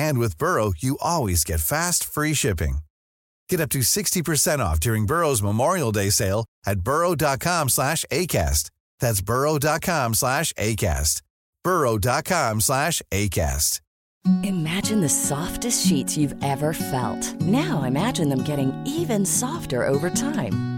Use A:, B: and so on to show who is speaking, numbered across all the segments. A: And with Burrow, you always get fast, free shipping. Get up to 60% off during Burrow's Memorial Day sale at burrow.com slash ACAST. That's burrow.com slash ACAST. burrow.com slash ACAST.
B: Imagine the softest sheets you've ever felt. Now imagine them getting even softer over time.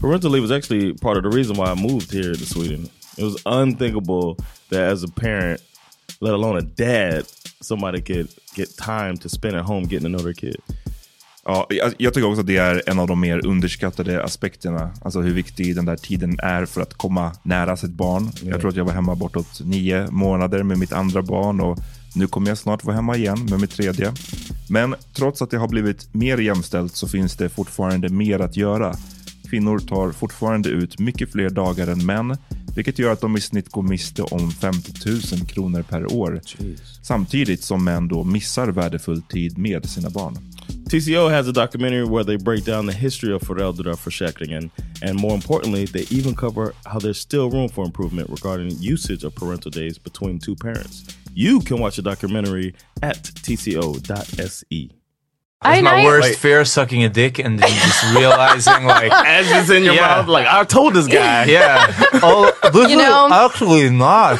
C: Parental leave was actually part of the reason why I moved here to Sweden. It was unthinkable that as a parent, let alone a dad, somebody could get time to spend at home getting to know their kid.
D: Ja, jag- jag tycker också att det är en av de mer underskattade aspekterna. Alltså hur viktig den där tiden är för att komma nära sitt barn. Jag tror att jag var hemma bortåt nio månader med mitt andra barn och nu kommer jag snart vara hemma igen med mitt tredje. Men trots att det har blivit mer jämställt så finns det fortfarande mer att göra. Kvinnor tar fortfarande ut mycket fler dagar än män, vilket gör att de i snitt går miste om 50 000 kronor per år. Samtidigt som män då missar värdefull tid med sina barn.
C: TCO has a documentary where they break down the history of föräldraförsäkringen and more importantly, they even cover how there's still room for improvement regarding usage of parental days between two parents. You can watch the documentary at tco.se.
E: That's my
F: nice.
E: worst
C: Wait.
E: fear, sucking a dick and then just realizing like
C: As it's in your
E: Yeah.
C: mouth, like I told this guy.
E: Yeah. Oh, this
F: You know-
E: is actually not.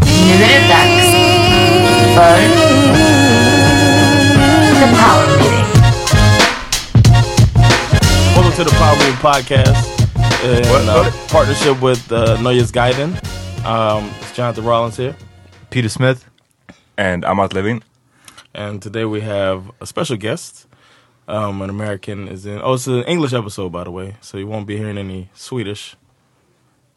G: Nu är det dags för The Power Meeting.
C: Welcome to the Power Meeting Podcast in uh, partnership with uh, Noyes Gaiden. Um, it's Jonathan Rollins here,
E: Peter Smith.
D: And Amat Levin.
C: and today we have a special guest. Um, an American is in. Oh, it's an English episode, by the way, so you won't be hearing any Swedish.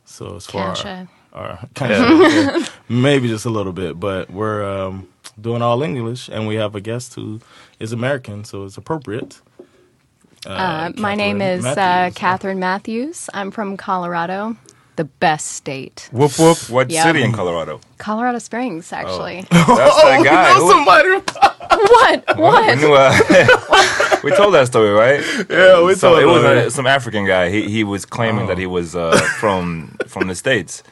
C: So it's for our,
F: Kanske.
C: our kanske, maybe just a little bit, but we're um, doing all English, and we have a guest who is American, so it's appropriate.
F: Uh, my name
C: Catherine
F: is
C: Matthews.
F: Uh, Catherine Matthews. I'm from Colorado, the best state.
D: Whoop whoop. What
F: Yeah.
D: city in Colorado?
F: Colorado Springs, actually.
D: That's the guy. who-
F: what?
D: we,
F: What?
D: knew, uh, we told that story, right?
C: Yeah, we
D: so
C: told
D: it was
C: that.
D: uh, some African guy. He he was claiming that he was uh, from from the states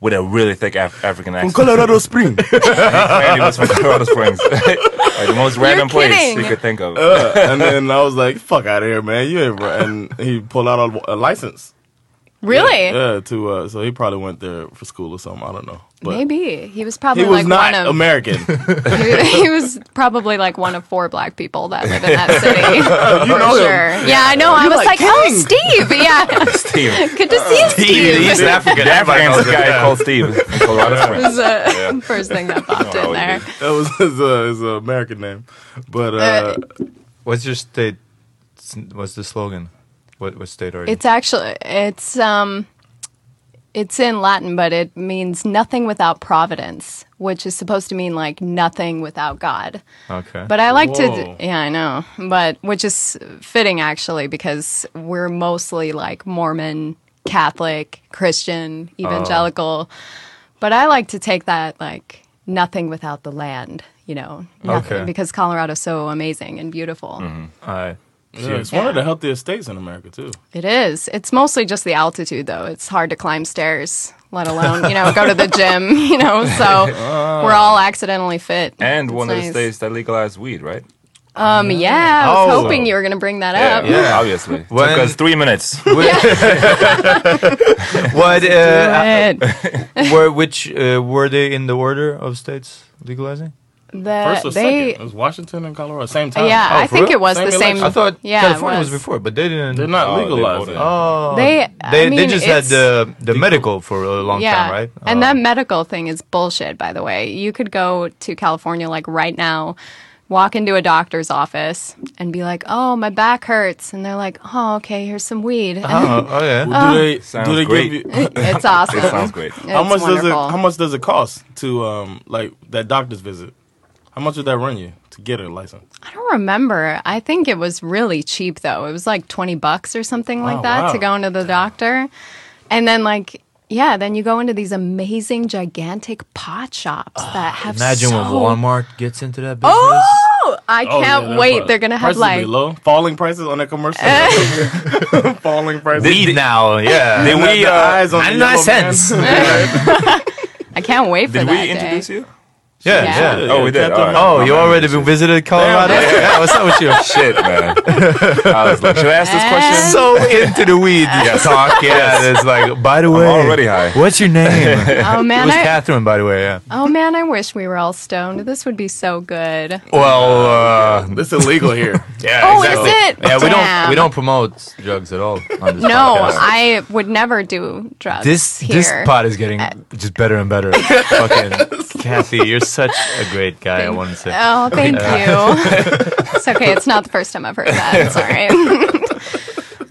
D: with a really thick Af- African
F: uh,
D: accent.
C: Colorado Springs.
D: And he was from Colorado Springs, like the most random place
F: kidding.
D: he could think of.
C: Uh, and then I was like, "Fuck out of here, man! You ain't." Right. And he pulled out a, a license.
F: Really?
C: Yeah, to uh, so he probably went there for school or something. I don't know. But
F: Maybe he was probably
C: he was
F: like
C: not
F: one of
C: American.
F: he, he was probably like one of four black people that live in that city. you know sure. Yeah, I know. I was
C: like
F: like, oh, Steve. Yeah,
D: Steve,
F: good to see you, Steve.
D: He's an African. African guy called Steve from Colorado Springs.
F: was uh, first thing that popped in there.
C: that was his, uh, his uh, American name. But uh,
F: Uh,
E: What's your state? What's the slogan? What what state are you?
F: It's actually it's um it's in Latin, but it means nothing without providence, which is supposed to mean like nothing without God.
E: Okay.
F: But I like
C: Whoa.
F: to, yeah, I know. But which is fitting actually because we're mostly like Mormon, Catholic, Christian,
E: Uh.
F: evangelical. But I like to take that like nothing without the land, you know, nothing,
E: Okay.
F: because Colorado's so amazing and beautiful.
D: Mm-hmm.
E: All right.
C: Yeah, it's one of the healthiest states in America too.
F: It is. It's mostly just the altitude, though. It's hard to climb stairs, let alone you know go to the gym. You know, so we're all accidentally fit.
D: And
F: It's
D: one of the
F: nice.
D: states that legalized weed, right?
F: Um, yeah, I was
E: Oh.
F: hoping you were gonna bring that up.
D: yeah. obviously.
E: When-
D: Took us three minutes.
E: What? Uh,
F: But
E: were which uh, were they in the order of states legalizing?
F: the-
C: First or
F: they,
C: second? It was Washington and Colorado same time.
F: yeah,
D: Oh,
F: I
E: Oh, for
F: think
E: real?
F: it was
C: Same
F: the same.
C: election.
E: I thought
F: yeah, it
E: California was.
F: was.
E: before, but they didn't.
C: They're not
D: Oh, they
C: legalized.
D: voted.
C: it.
E: Oh,
F: They-
E: they,
F: I
E: they
F: mean,
E: just had
F: it's-
E: the the medical for a long
F: yeah,
E: time, right?
F: and
E: Oh.
F: that medical thing is bullshit. By the way, you could go to California like right now. Walk into a doctor's office and be like, "Oh, my back hurts," and they're like, "Oh, okay, here's some weed."
E: Oh, oh yeah.
C: do they
D: Uh-huh. Sounds
C: do they
D: great.
C: give you
F: it's awesome.
D: it sounds great.
C: how much does it
F: wonderful.
C: how much does it cost to um like that doctor's visit? How much would that run you to get a license?
F: I don't remember. I think it was really cheap though. It was like 20 bucks or something like
C: Oh,
F: that
C: wow.
F: to go into the doctor. And then like yeah, then you go into these amazing gigantic pot shops that have
E: Imagine
F: so
E: when Walmart gets into that business.
F: Oh,
C: Oh,
F: I
C: yeah,
F: can't
C: that
F: wait.
C: price-
F: They're going to have
C: prices
F: like
C: be low. falling prices on their commercial. falling prices.
E: Weed now, yeah.
D: Did
C: The-
D: we,
C: the
D: uh,
C: eyes on the
E: 99
C: yellow man.
E: cents.
F: I can't wait for
D: did
F: that
D: we
F: day.
D: introduce you?
E: yeah,
F: Yeah.
E: yeah.
D: Oh, we did.
C: Captain
D: All right.
E: Oh, you already been visited Colorado? Yeah, what's up with you?
D: Shit, man. I was like, should I ask this question?
E: So into the weed talk, yeah. It's like, by the way,
D: already high.
E: What's your name? it
F: Oh man,
E: was
F: I,
E: Catherine, by the way. Yeah.
F: oh man, I wish we were all stoned. This would be so good.
E: Well, uh,
C: This illegal here.
E: yeah,
F: Oh, is
E: exactly.
F: it?
E: Yeah, we don't
F: Damn.
E: we don't promote drugs at all on this
F: No,
E: podcast.
F: I would never do drugs.
E: This
F: uh, here. Uh,
E: this pot is getting just better and better. Fucking Kathy, you're such a great guy. I want to say. Uh,
F: Oh, thank you. it's okay. It's not the first time I've heard that. It's all right.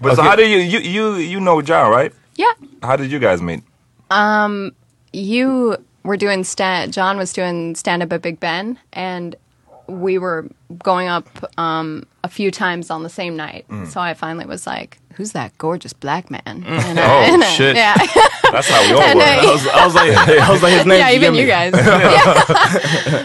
D: But so how do you, you, you, you know John, right?
F: yeah.
D: How did you guys meet?
F: Um, You were doing stand. John was doing stand up at Big Ben, and we were going up um, a few times on the same night. So I finally was like, "Who's that gorgeous black man?" And I- and I-
E: shit.
F: Yeah.
D: That's how we all
F: And
D: were.
F: I-
C: I was, I was like, I was like, his name.
F: yeah. Even you guys.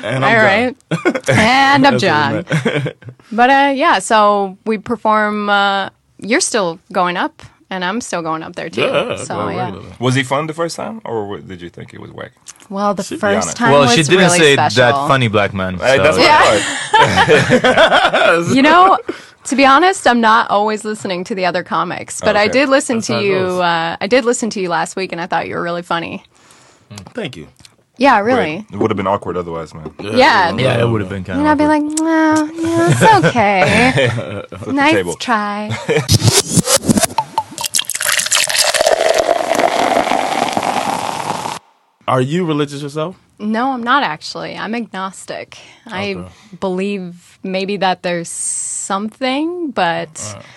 C: And I'm
F: All
C: done.
F: right. and I'm John.
C: That's what
F: but uh, yeah, so we perform. Uh, you're still going up, and I'm still going up there too.
C: Yeah,
F: so
C: go
F: yeah.
C: regular.
D: Was he fun the first time, or wa- did you think it was whack?
F: Well, the
D: be
F: first
D: honest.
F: time
E: well,
F: was
E: she didn't
F: really
E: say
F: special.
E: that funny black man.
D: Hey,
E: so-
D: that's what
F: Yeah.
D: I thought.
F: You know, to be honest, I'm not always listening to the other comics, but I
D: Okay.
F: did listen
C: how
F: to
C: it
F: you.
C: goes.
F: Uh, I did listen to you last week, and I thought you were really funny.
C: Thank you.
F: Yeah, really.
D: It would have been awkward otherwise, man.
F: Yeah.
E: yeah, it would have been kind
F: And I'd
E: of.
F: be like, well, yeah, it's okay. nice
D: table.
F: try.
C: Are you religious yourself?
F: No, I'm not actually. I'm agnostic. I believe maybe that there's something, but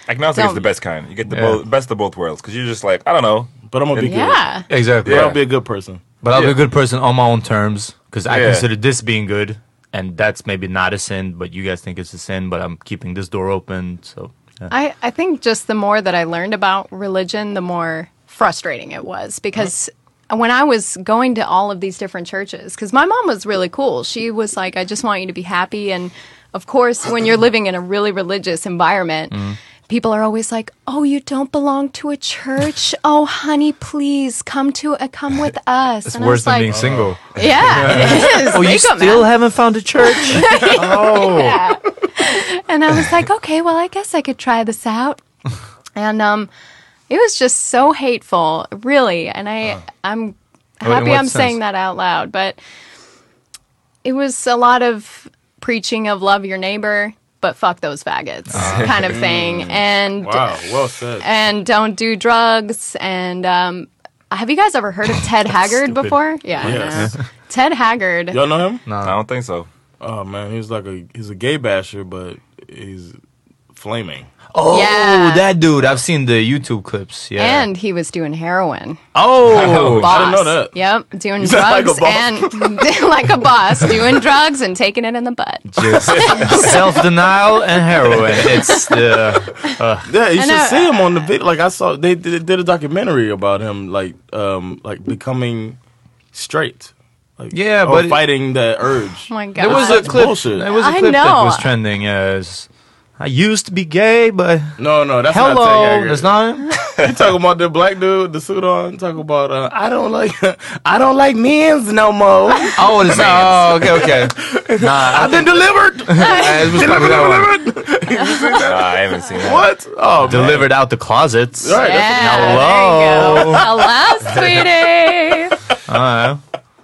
D: Agnostic
F: Don't-
D: is the best kind. You get the bo- best of both worlds because you're just like, I don't know.
C: But I'm gonna be good.
F: yeah.
E: Exactly.
C: But
D: Yeah.
C: I'll be a good person.
E: But I'll be
D: Yeah.
E: a good person on my own terms because I
D: Yeah.
E: consider this being good, and that's maybe not a sin, but you guys think it's a sin. But I'm keeping this door open, so yeah.
F: I, I think just the more that I learned about religion, the more frustrating it was because
E: Mm-hmm.
F: when I was going to all of these different churches, because my mom was really cool. She was like, I just want you to be happy. And of course, when you're living in a really religious environment,
E: Mm-hmm.
F: People are always like, "Oh, you don't belong to a church. Oh, honey, please come to uh, come with us."
E: it's
F: And I
E: worse
F: was
E: than
F: like,
E: being single.
F: "Yeah, it is.
E: Oh,
F: They
E: you
F: come
E: still
F: out.
E: haven't found a church?
D: Oh.
F: and I was like, okay, well, I guess I could try this out. And um, it was just so hateful, really. And I, I'm
E: Uh-huh. Oh, in
F: happy
E: what
F: I'm
E: sense?
F: saying that out loud, but it was a lot of preaching of love your neighbor, but fuck those faggots
E: Ah.
F: kind of thing.
E: Mm.
F: And
C: Wow. Well said.
F: and don't do drugs. And um, have you guys ever heard of Ted Haggard before? Yeah, I
C: Yes.
F: know. Ted Haggard.
C: Y'all know him?
D: I don't think so.
C: Oh man, he was like a he's a gay basher, but he's flaming.
E: Oh,
F: Yeah.
E: that dude! I've seen the YouTube clips. Yeah.
F: And he was doing heroin.
E: oh,
F: boss.
C: I didn't know that.
F: Yep, doing
C: said like a
F: drugs and like a boss, doing drugs and taking it in the butt.
E: self denial and heroin. It's uh, the
C: Yeah, you
F: I
C: should
F: know.
C: see him on the video. Like I saw, they did, did a documentary about him, like um, like becoming straight. Like,
E: Yeah,
C: or
E: but it-
C: fighting the urge.
F: Oh my god.
E: there was a clip.
C: bullshit.
E: There was a
F: I
E: clip that
F: know.
E: was trending as I used to be gay, but
C: No, no, that's not. Teddy
E: hello,
C: Hager.
E: that's not.
C: You talking about the black dude, with the suit on? Talking about uh, I don't like, I don't like men's no more.
E: Oh, it's oh, okay, okay. Nah,
C: I've been delivered.
E: it was probably that one.
D: Nah, I haven't seen that.
C: what? Oh, man.
E: Delivered out the closets.
C: All right, that's-
F: Yeah, Hello. Hello, sweetie.
E: Uh,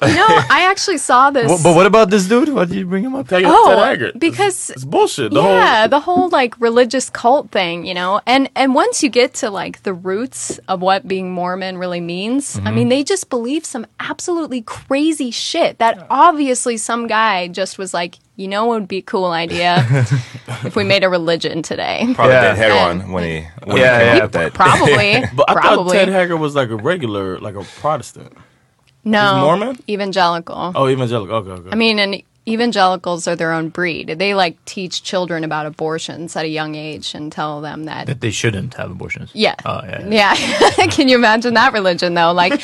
F: No, I actually saw this.
E: but what about this dude? What did you bring him up?
C: Teddy- Ted
F: oh,
C: Haggard.
F: because
C: it's bullshit. The
F: yeah,
C: whole
F: the whole like religious cult thing, you know. And and once you get to like the roots of what being Mormon really means,
C: Mm-hmm.
F: I mean, they just believe some absolutely crazy shit that obviously some guy just was like, you know, what would be a cool idea if we made a religion today.
D: Probably
E: Yeah.
D: that heroin when he when
E: Yeah,
D: he came
E: yeah.
D: up with that.
F: Probably,
C: But I thought
F: probably
C: Ted Hager was like a regular, like a Protestant.
F: no
C: he's Mormon?
F: evangelical.
C: Oh, evangelical. Okay, okay.
F: I mean, and evangelicals are their own breed. They like teach children about abortions at a young age and tell them that
E: That they shouldn't have abortions.
F: Yeah.
E: Oh, yeah.
F: yeah. Can you imagine that religion though? Like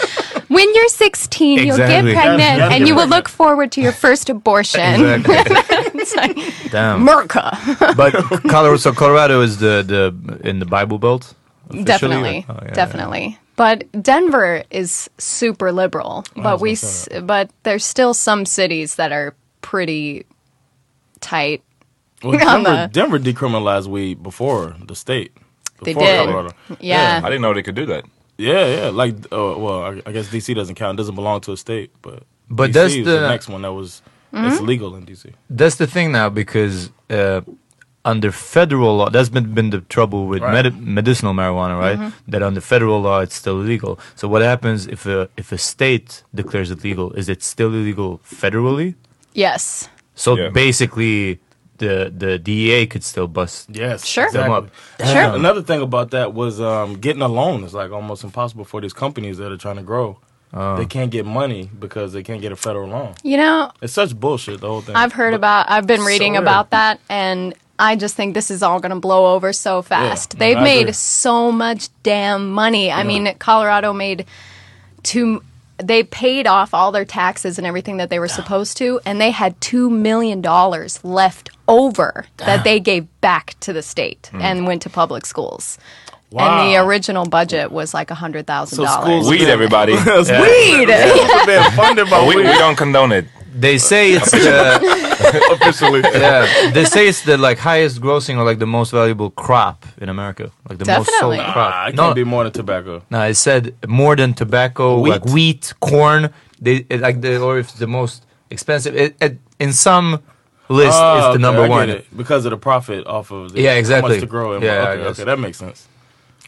F: when you're 16, you'll
E: Exactly.
F: get pregnant
C: Yes, yes,
F: and
C: get
F: you will
C: pregnant.
F: look forward to your first abortion.
E: Exactly.
F: it's like
E: Damn.
F: Merca.
E: But Colorado, so Colorado is the the in the Bible Belt. officially?
F: Definitely.
E: Oh, yeah, yeah.
F: definitely. But Denver is super
E: Oh,
F: liberal, but we s- but there's still some cities that are pretty tight.
C: Well,
F: on
C: Denver, Denver decriminalized weed before the state.
F: They
C: Before
F: did.
C: Colorado.
F: Yeah.
D: I didn't know they could do that.
C: Yeah, yeah. Like, uh, well, I, I guess DC doesn't count. It doesn't belong to a state, but
E: But
C: DC
E: does
C: was
E: the-
C: the next one that was
F: Mm-hmm.
C: it's legal in DC.
E: That's the thing now because uh, under federal law, that's been, been the trouble with
C: Right.
E: medi- medicinal marijuana, right? That under federal law, it's still illegal. So what happens if a if a state declares it legal? Is it still illegal federally?
F: Yes.
E: So
D: Yeah.
E: basically, the the DEA could still bust.
C: Yes,
F: Sure.
E: Them up.
F: Sure.
C: Another thing about that was um, getting a loan is like almost impossible for these companies that are trying to grow.
E: Uh.
C: they can't get money because they can't get a federal loan.
F: You know,
C: It's such bullshit. The whole thing.
F: I've heard about. I've been reading
C: weird.
F: about that, and I just think this is all going to blow over so fast.
C: no,
F: They've
C: I
F: made
C: agree.
F: so much damn money. I mean, Colorado made two. They paid off all their taxes and everything that they were supposed to, and they had two million dollars left over that they gave back to the state and went to public schools. And the
C: Hmm. Wow.
F: original budget was like a hundred thousand
C: So
F: dollars.
C: schools-
D: Weed, everybody.
C: It's weed. It's been funded by
D: But we, we
C: weed.
D: don't condone it
E: They say it's uh, the
D: officially.
E: yeah. They say it's the like highest grossing or like the most valuable crop in America, like the most
F: Definitely.
E: sold crop.
C: Ah, I can't
E: No,
C: be more than tobacco.
E: No, I said more than tobacco,
C: Wheat.
E: like wheat, corn. They it, like the or if it's the most expensive. It, it, in some list,
C: Oh,
E: it's
C: okay,
E: the number
C: I get
E: one.
C: it. because of the profit off of the,
E: Yeah,
C: How
E: exactly.
C: much to grow and
E: Yeah, I
C: okay,
E: guess.
C: okay, that makes sense.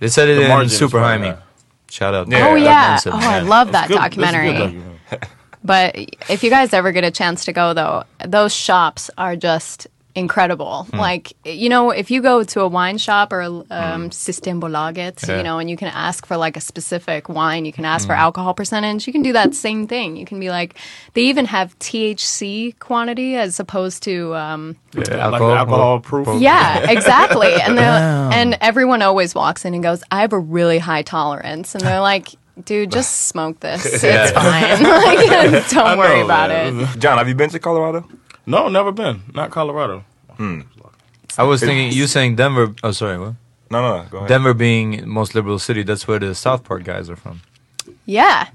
E: They said it
C: The
E: in
C: margin is
E: Super
C: probably
E: Jaime.
C: high.
E: Shout out.
D: Yeah.
F: Oh
D: Yeah,
F: yeah!
E: Doug Benson.
F: Oh, I love that
C: Good- this is a good
F: documentary.
C: documentary.
F: But if you guys ever get a chance to go, though, those shops are just incredible.
E: Hmm.
F: Like, you know, if you go to a wine shop or um, Systembolaget,
E: Yeah. Hmm.
F: you know, and you can ask for like a specific wine, you can ask for alcohol percentage, you can do that same thing. You can be like, they even have THC quantity as opposed to, um,
E: Yeah,
C: Like an alcohol proof.
F: yeah, exactly. And they're, and everyone always walks in and goes, I have a really high tolerance. And they're like, dude, just smoke this. It's fine. like, don't worry
C: know,
F: about
C: man.
F: it.
D: John, have you been to Colorado?
C: No, never been. Not Colorado.
D: Hmm.
E: I was thinking you saying Denver. Oh, sorry. What?
D: No, no, no. Go ahead.
E: Denver being most liberal city. That's where the South Park guys are from. Hmm.
F: Yeah.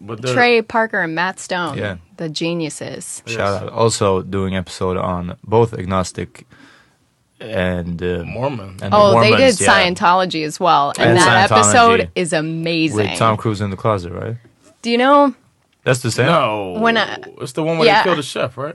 C: But the-
F: Trey Parker and Matt Stone,
E: Yeah.
F: the geniuses.
E: Shout out. Also doing episode on both agnostic and uh,
C: Mormon.
E: and the
F: Oh, they
E: Mormons,
F: did
E: yeah.
F: Scientology as well. And,
E: And
F: that
E: Scientology.
F: episode is amazing.
E: with Tom Cruise in the closet, right?
F: Do you know?
E: That's the same.
C: No,
F: When I-
C: Oh, it's the one where
F: Yeah.
C: they killed the chef, right?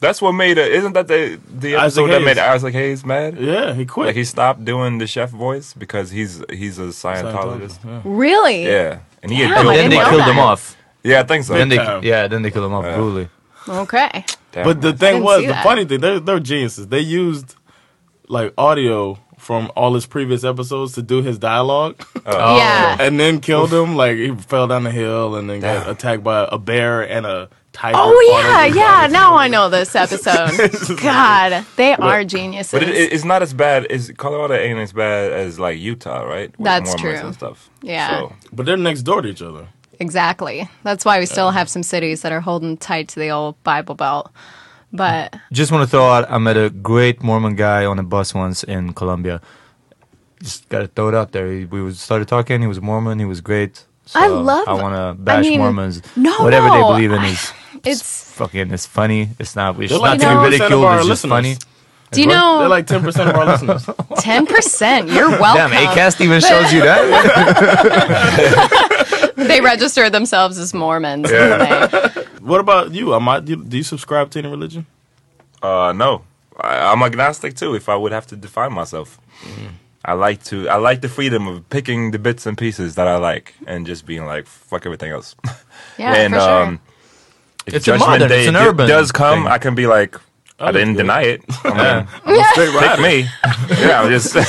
D: That's what made it. Isn't that the the
C: Isaac
D: episode that
C: Hayes.
D: made Isaac Hayes mad?
C: Yeah, he quit.
D: Like he stopped doing the chef voice because he's he's a Scientologist.
F: Really?
D: Yeah, and he
F: Damn,
D: had
F: I
D: killed
E: then
F: didn't
E: they
F: know
D: Mike.
E: killed
F: that.
E: him off.
D: Yeah, I think so.
E: Then they,
C: Damn.
E: yeah, then they killed him off brutally.
F: Okay.
D: Damn.
C: But the thing
F: didn't
C: was, the
F: see that.
C: funny thing, they're, they're geniuses. They used like audio from all his previous episodes to do his dialogue.
E: Oh.
F: Yeah.
C: and then killed him. Like he fell down the hill and then got attacked by a bear and a tiger. fought
F: Oh yeah,
C: over
F: yeah.
C: his body.
F: Now I know this episode. God, they are geniuses.
D: But it, it, it's not as bad as Colorado ain't as bad as like Utah, right? With
F: That's
D: Mormons
F: true.
D: And stuff.
F: Yeah.
D: So,
C: But they're next door to each other.
F: exactly. That's why we still have some cities that are holding tight to the old Bible Belt. But
E: Just want to throw out, I met a great Mormon guy on a bus once in Colombia. Just got to throw it out there. He- We was- started talking. He was Mormon. He was great.
F: I
E: So
F: love-
E: I want
F: I
E: to bash
F: mean,
E: Mormons.
F: no,
E: whatever they
F: no,
E: believe in
F: I-
E: is
F: it's
E: fucking. It's funny. It's not. It's
C: They're
E: not
C: like
E: to be
C: of
F: 10%
E: ridiculed.
C: our
E: It's just
C: listeners.
E: funny.
F: do you
C: They're
F: know
C: like ten percent of our listeners.
F: ten percent? You're welcome.
E: Damn, Acast even shows you that.
F: They register themselves as Mormons. don't they?
C: What about you? Am I, do do you subscribe to any religion?
D: uh, no, I, I'm agnostic too. If I would have to define myself,
E: Mm-hmm.
D: I like to. I like the freedom of picking the bits and pieces that I like and just being like, fuck everything else.
F: Yeah,
D: and um,
F: for sure.
D: if
E: It's a
D: Judgment
E: modern-
D: Day
E: it's an
D: d-
E: urban
D: does come,
E: thing.
D: I can be like, I didn't deny it. I mean, pick me. yeah, I'm just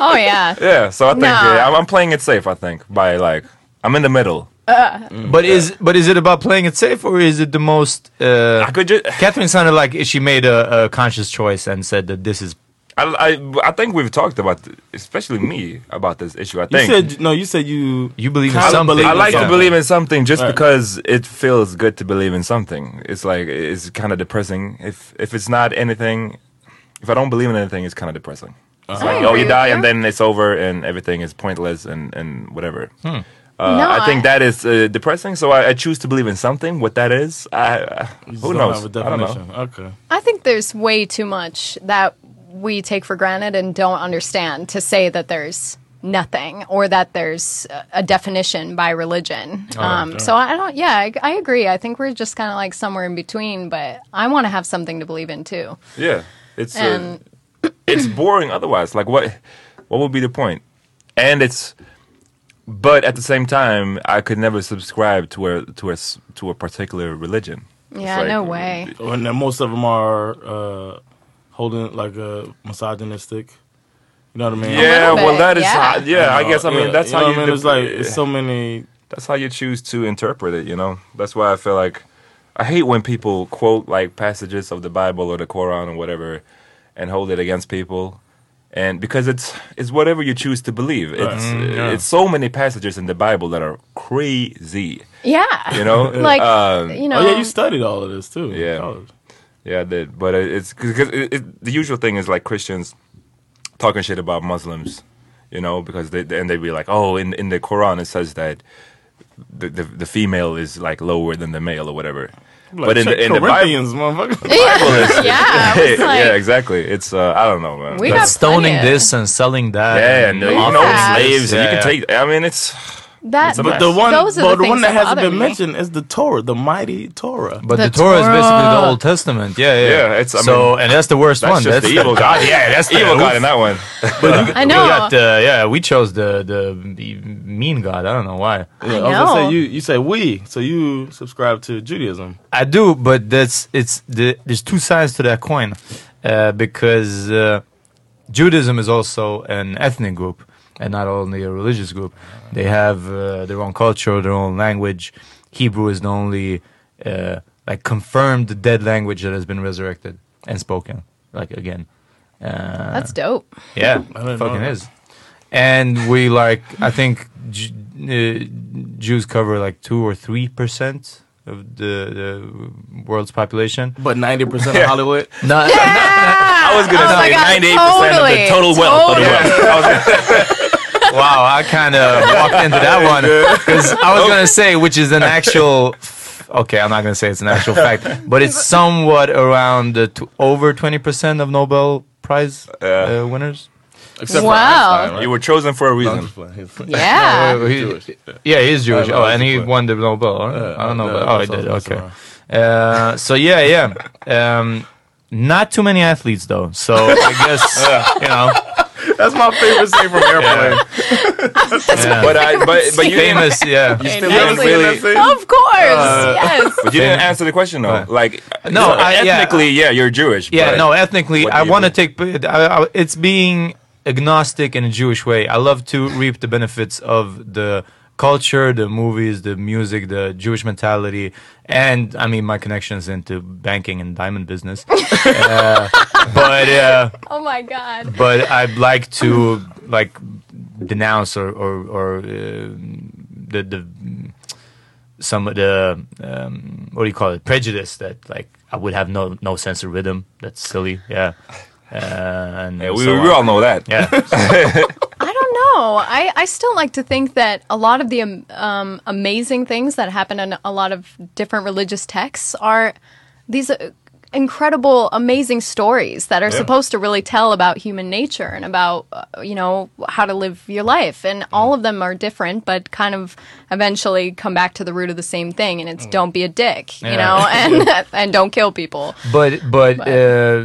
F: oh yeah.
D: yeah. So I think
F: Nah.
D: yeah, I'm, I'm playing it safe. I think by like I'm in the middle.
F: Uh,
D: Mm,
E: but is but is it about playing it safe or is it the most? Uh,
D: I could just.
E: Catherine sounded like she made a, a conscious choice and said that this is
D: I, I, I think we've talked about, th- especially me, about this issue. I
C: You
D: think
C: said no. You said you.
E: you believe in
C: Kinda
E: something.
C: believe in
D: I like to
C: something.
D: believe in something just
C: Right.
D: because it feels good to believe in something. It's like it's kind of depressing if if it's not anything. If I don't believe in anything, it's kind of depressing. It's like
F: agree
D: oh, you
F: with
D: die
F: you.
D: and then it's over and everything is pointless and and whatever.
C: Hmm.
D: Uh,
F: No,
D: I think
F: I-
D: that is uh, depressing. So I, I choose to believe in something. What that is, I, I,
C: You
D: who
C: don't
D: knows?
C: have a
D: I don't know.
C: definition. Okay.
F: I think there's way too much that we take for granted and don't understand to say that there's nothing or that there's a- a definition by religion. um, So I don't, yeah, I, I agree. I think we're just kind of like somewhere in between, but I want to have something to believe in too.
D: Yeah, it's uh,
F: And-
D: it's boring otherwise. Like what what would be the point? And it's but at the same time, I could never subscribe to a to a s- to a particular religion. It's
F: Yeah, no way.
C: And then most of them are uh, holding like a misogynistic. You know what I mean? Uh,
D: Yeah,
F: little
D: well,
F: bit,
D: that is
F: yeah.
D: how, yeah. I guess I mean that's
C: you know
D: how
C: what
D: you
C: I mean? It's like
D: dep-
C: it's so many.
D: that's how you choose to interpret it. You know, that's why I feel like I hate when people quote like passages of the Bible or the Quran or whatever and hold it against people. And because it's it's whatever you choose to believe. It's it's so many passages in the Bible that are crazy.
F: Yeah.
D: You know,
F: like,
D: Um,
F: you know,
C: Oh yeah, you studied all of this too. in
D: Yeah.
C: college.
D: Yeah, I did. But it- it's because it, it, the usual thing is like Christians talking shit about Muslims, you know, because they and they be like, oh, in in the Quran it says that the the, the female is like lower than the male or whatever. but in
C: Check
D: the in the Bible,
C: Corinthians, motherfucker.
D: it's-
F: yeah, I was like,
D: yeah, exactly. It's uh, I don't know, man.
F: We got
D: That's-
E: stoning
F: plenty of-
E: this and selling that.
D: yeah, and, uh, you know,
F: Yeah.
D: slaves, and you
E: Yeah.
D: can take. I mean, it's
F: that,
D: It's a
C: But the
D: mess.
C: one,
F: those are
C: but the,
F: the,
C: one
F: things
C: that hasn't
F: bothered
C: been
F: me.
C: mentioned is the Torah, the mighty Torah.
E: But the,
F: The
E: Torah is basically the
F: Torah.
E: Old Testament. Yeah, yeah.
D: Yeah, it's- I
E: so
D: mean,
E: and that's the worst one.
D: that's just the evil god. Yeah, that's the evil god in that one.
F: I
E: We
F: know.
E: got uh, yeah, we chose the the the mean god. I don't know why.
C: Yeah,
F: I
C: I was gonna
F: know.
C: say you. You say we, so you subscribe to Judaism.
E: I do, but that's it's the, there's two sides to that coin, uh, because uh, Judaism is also an ethnic group and not only a religious group. They have uh, their own culture, their own language. Hebrew is the only uh, like confirmed dead language that has been resurrected and spoken like again. Uh,
F: That's dope.
E: yeah,
C: didn't
E: fucking
C: know that.
E: is. And we like, I think J- uh, Jews cover like two or three percent of the, the world's population.
C: But ninety percent of Hollywood.
E: No,
D: I was gonna
F: Oh my
D: say
F: God,
D: ninety-eight percent of
F: totally,
D: the total wealth. of the world. I was gonna-
E: wow, I kind of walked into that one because I was gonna say, which is an actual. Okay, I'm not gonna say it's an actual fact, but it's somewhat around the t- over twenty percent of Nobel Prize uh, winners.
C: Except
F: Wow.
C: for Einstein, right?
D: you were chosen for a
C: I'm
D: reason.
C: just playing. He's-
H: Ah.
F: Yeah.
E: Oh, he-
C: Jewish.
E: Yeah, he is Jewish.
C: I- I
E: oh,
C: was
E: and
C: just
E: he
C: playing.
E: won the Nobel. Right? I don't know.
C: yeah,
E: but,
C: that
E: oh, he
C: sounds
E: did.
C: like
E: Okay. Uh, so yeah, yeah. Um, not too many athletes though. So I guess you know.
C: That's my favorite scene from Airplane.
D: But I, but but you didn't,
E: Famous, yeah.
D: you still haven't
F: Exactly.
D: really.
F: Of course, yes.
D: Uh, But you didn't answer the question though. Like
E: No,
D: so
E: I- yeah.
D: ethnically, yeah. you're Jewish.
E: Yeah,
D: but
E: no, ethnically,
D: what do
E: I
D: you
E: want to
D: do?
E: take. I, I, it's being agnostic in a Jewish way. I love to reap the benefits of the culture, the movies, the music, the Jewish mentality, and I mean my connections into banking and diamond business. Uh, but uh,
F: Oh my god.
E: but I'd like to like denounce or or, or uh, the the some of the um, what do you call it prejudice that like I would have no no sense of rhythm. That's silly. Yeah. Uh, and
D: Yeah, we,
E: so
D: we
E: on.
D: all know that.
E: Yeah.
F: I don't know. I, I still like to think that a lot of the um, um, amazing things that happen in a lot of different religious texts are these uh, incredible, amazing stories that are supposed to really tell about human nature and about, uh, you know, how to live your life. And all of them are different, but kind of eventually come back to the root of the same thing. And it's don't be a dick, you
E: Yeah.
F: know, and, and don't kill people.
E: but but uh,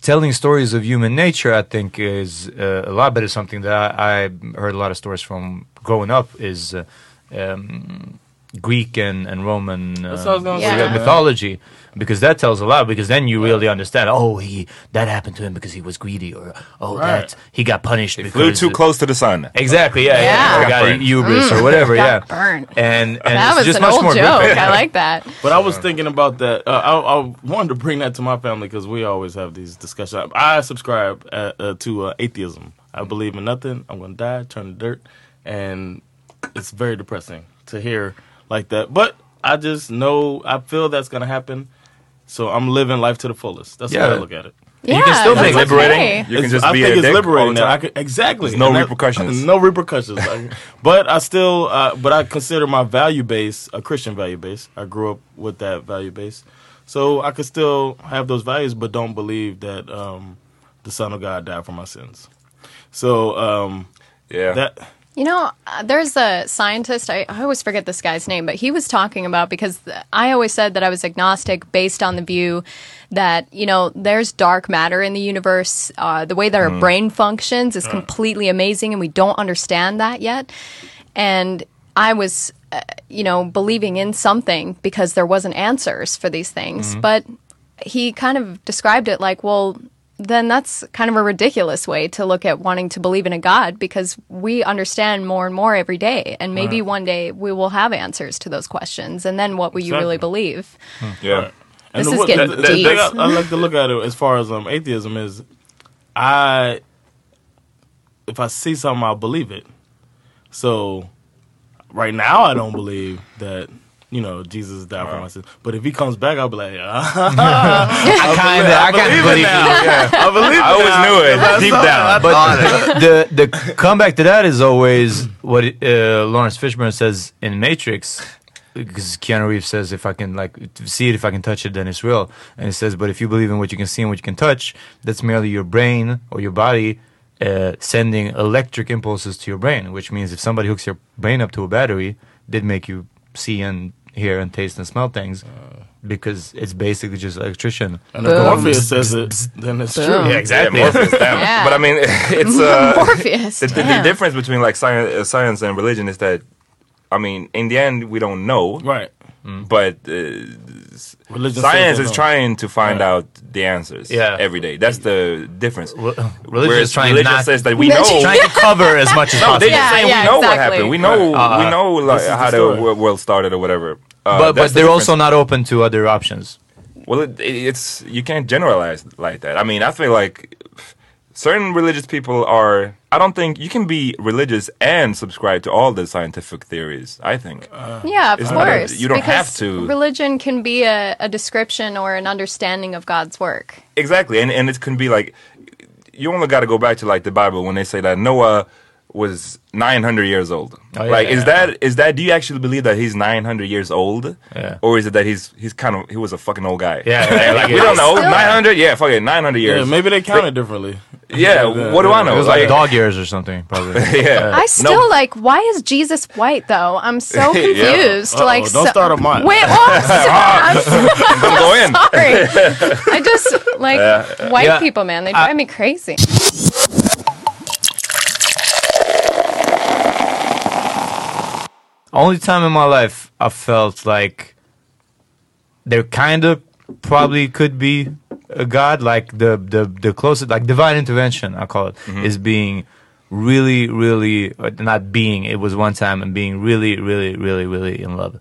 E: telling stories of human nature, I think, is uh, a lot better. Something that I, I heard a lot of stories from growing up is uh, um, Greek and and Roman uh,
F: gonna say, Yeah.
E: mythology because that tells a lot. Because then you really understand. Oh, he that happened to him because he was greedy, or oh that he got punished
D: Flew
E: because
D: too close to the sun.
E: Exactly, yeah, Mm. yeah.
F: Yeah. Mm.
E: got
D: burnt.
E: hubris or whatever,
F: got
E: yeah,
F: burnt.
E: and and
F: that
E: it's
F: was
E: just
F: an
E: much
F: old
E: more
F: joke.
E: gripping.
F: I like that.
C: But I was thinking about that. Uh, I, I wanted to bring that to my family because we always have these discussions. I, I subscribe uh, uh, to uh, atheism. I believe in nothing. I'm going to die, turn to dirt, and it's very depressing to hear like that. But I just know I feel that's going to happen, so I'm living life to the fullest. That's how I
E: Yeah.
C: look at it.
F: Yeah,
E: can still
F: that's
E: make
F: okay.
D: liberating. You can
C: It's-
D: just
C: I
D: be
C: think
D: a
C: it's
D: dick all
C: liberating.
D: the
C: now. I
D: time.
C: could, exactly.
D: no
C: And that-
D: repercussions.
C: No repercussions. Like, but I still, uh, but I consider my value base a Christian value base. I grew up with that value base, so I could still have those values, but don't believe that um, the Son of God died for my sins. So um,
D: Yeah.
C: that
F: You know, uh, there's a scientist, I, I always forget this guy's name, but he was talking about because th- I always said that I was agnostic based on the view that, you know, there's dark matter in the universe. Uh, the way that our brain functions is completely amazing, and we don't understand that yet. And I was, uh, you know, believing in something because there wasn't answers for these things. But he kind of described it like, well, then that's kind of a ridiculous way to look at wanting to believe in a God because we understand more and more every day. And maybe one day we will have answers to those questions. And then what will you really
C: Exactly.
F: believe?
D: Yeah.
F: This
C: the
F: is
C: what-
F: getting
C: the- the thing
F: deep.
C: I, I like to look at it as far as um, atheism is. I, if I see something, I'll believe it. So, right now, I don't believe that you know Jesus died for my sins. But if he comes back, I'll be like, ah,
E: I kind of, I kind of believe it.
C: I believe.
D: I always knew it deep down.
E: But the the comeback to that is always what uh, Lawrence Fishburne says in Matrix, because Keanu Reeves says, "If I can like see it, if I can touch it, then it's real." And he says, "But if you believe in what you can see and what you can touch, that's merely your brain or your body." Uh, sending electric impulses to your brain, which means if somebody hooks your brain up to a battery, they'd make you see and hear and taste and smell things because it's basically just electrician.
C: Uh. And if Morpheus says it, then it's true.
D: Yeah, exactly.
F: Yeah.
D: But I mean, it's uh,
F: Morpheus.
D: The, the, the
F: damn.
D: difference between like science, uh, science and religion is that, I mean, in the end, we don't know,
C: Right.
D: but uh,
C: Religion
D: science
C: says
D: is
C: no.
D: trying to find out the answers
E: Yeah. uh,
D: every day. That's the difference.
E: Religion
D: Whereas
E: is trying
D: religion
E: not
D: says that we know.
E: trying to cover as much as
D: no,
E: possible. Uh,
D: they
F: Yeah,
D: just saying
F: yeah,
D: we know what
F: exactly.
D: happened. We know we know like,
C: is the
D: how the
C: story.
D: wor- world started or whatever. Uh,
E: but
D: that's
E: but
D: the
E: they're
D: difference.
E: also not open to other options.
D: Well, it, it, it's you can't generalize like that. I mean, I feel like certain religious people are. I don't think you can be religious and subscribe to all the scientific theories. I think.
F: Yeah, of
D: It's not a-
F: course.
D: you don't
F: because
D: have to.
F: Religion can be a, a description or an understanding of God's work.
D: Exactly, and and it can be like you only got to go back to like the Bible when they say that Noah was 900 years old.
E: Oh, yeah,
D: like, is
E: yeah.
D: that is that? Do you actually believe that he's 900 years old,
E: Yeah.
D: or is it that he's he's kind of he was a fucking old guy?
E: Yeah, yeah,
D: like
E: yeah.
D: we don't know.
F: Still-
D: 900, yeah, fuck it, 900
C: Yeah,
D: years.
C: maybe they count it differently.
D: Yeah, what do I know?
E: It was like dog ears or something, probably.
D: yeah.
F: I still like. Why is Jesus white though? I'm so
D: Yeah.
F: confused.
C: Uh-oh,
F: Like,
C: don't
F: so-
C: start a mine.
F: Wait, what? I'm
D: Don't go in.
F: sorry. I just like white people, man. They drive me crazy.
E: only time in my life I felt like there kind of probably could be a God, like the the the closest, like divine intervention, I call it, is being really, really uh, not being. It was one time and being really, really, really, really in love.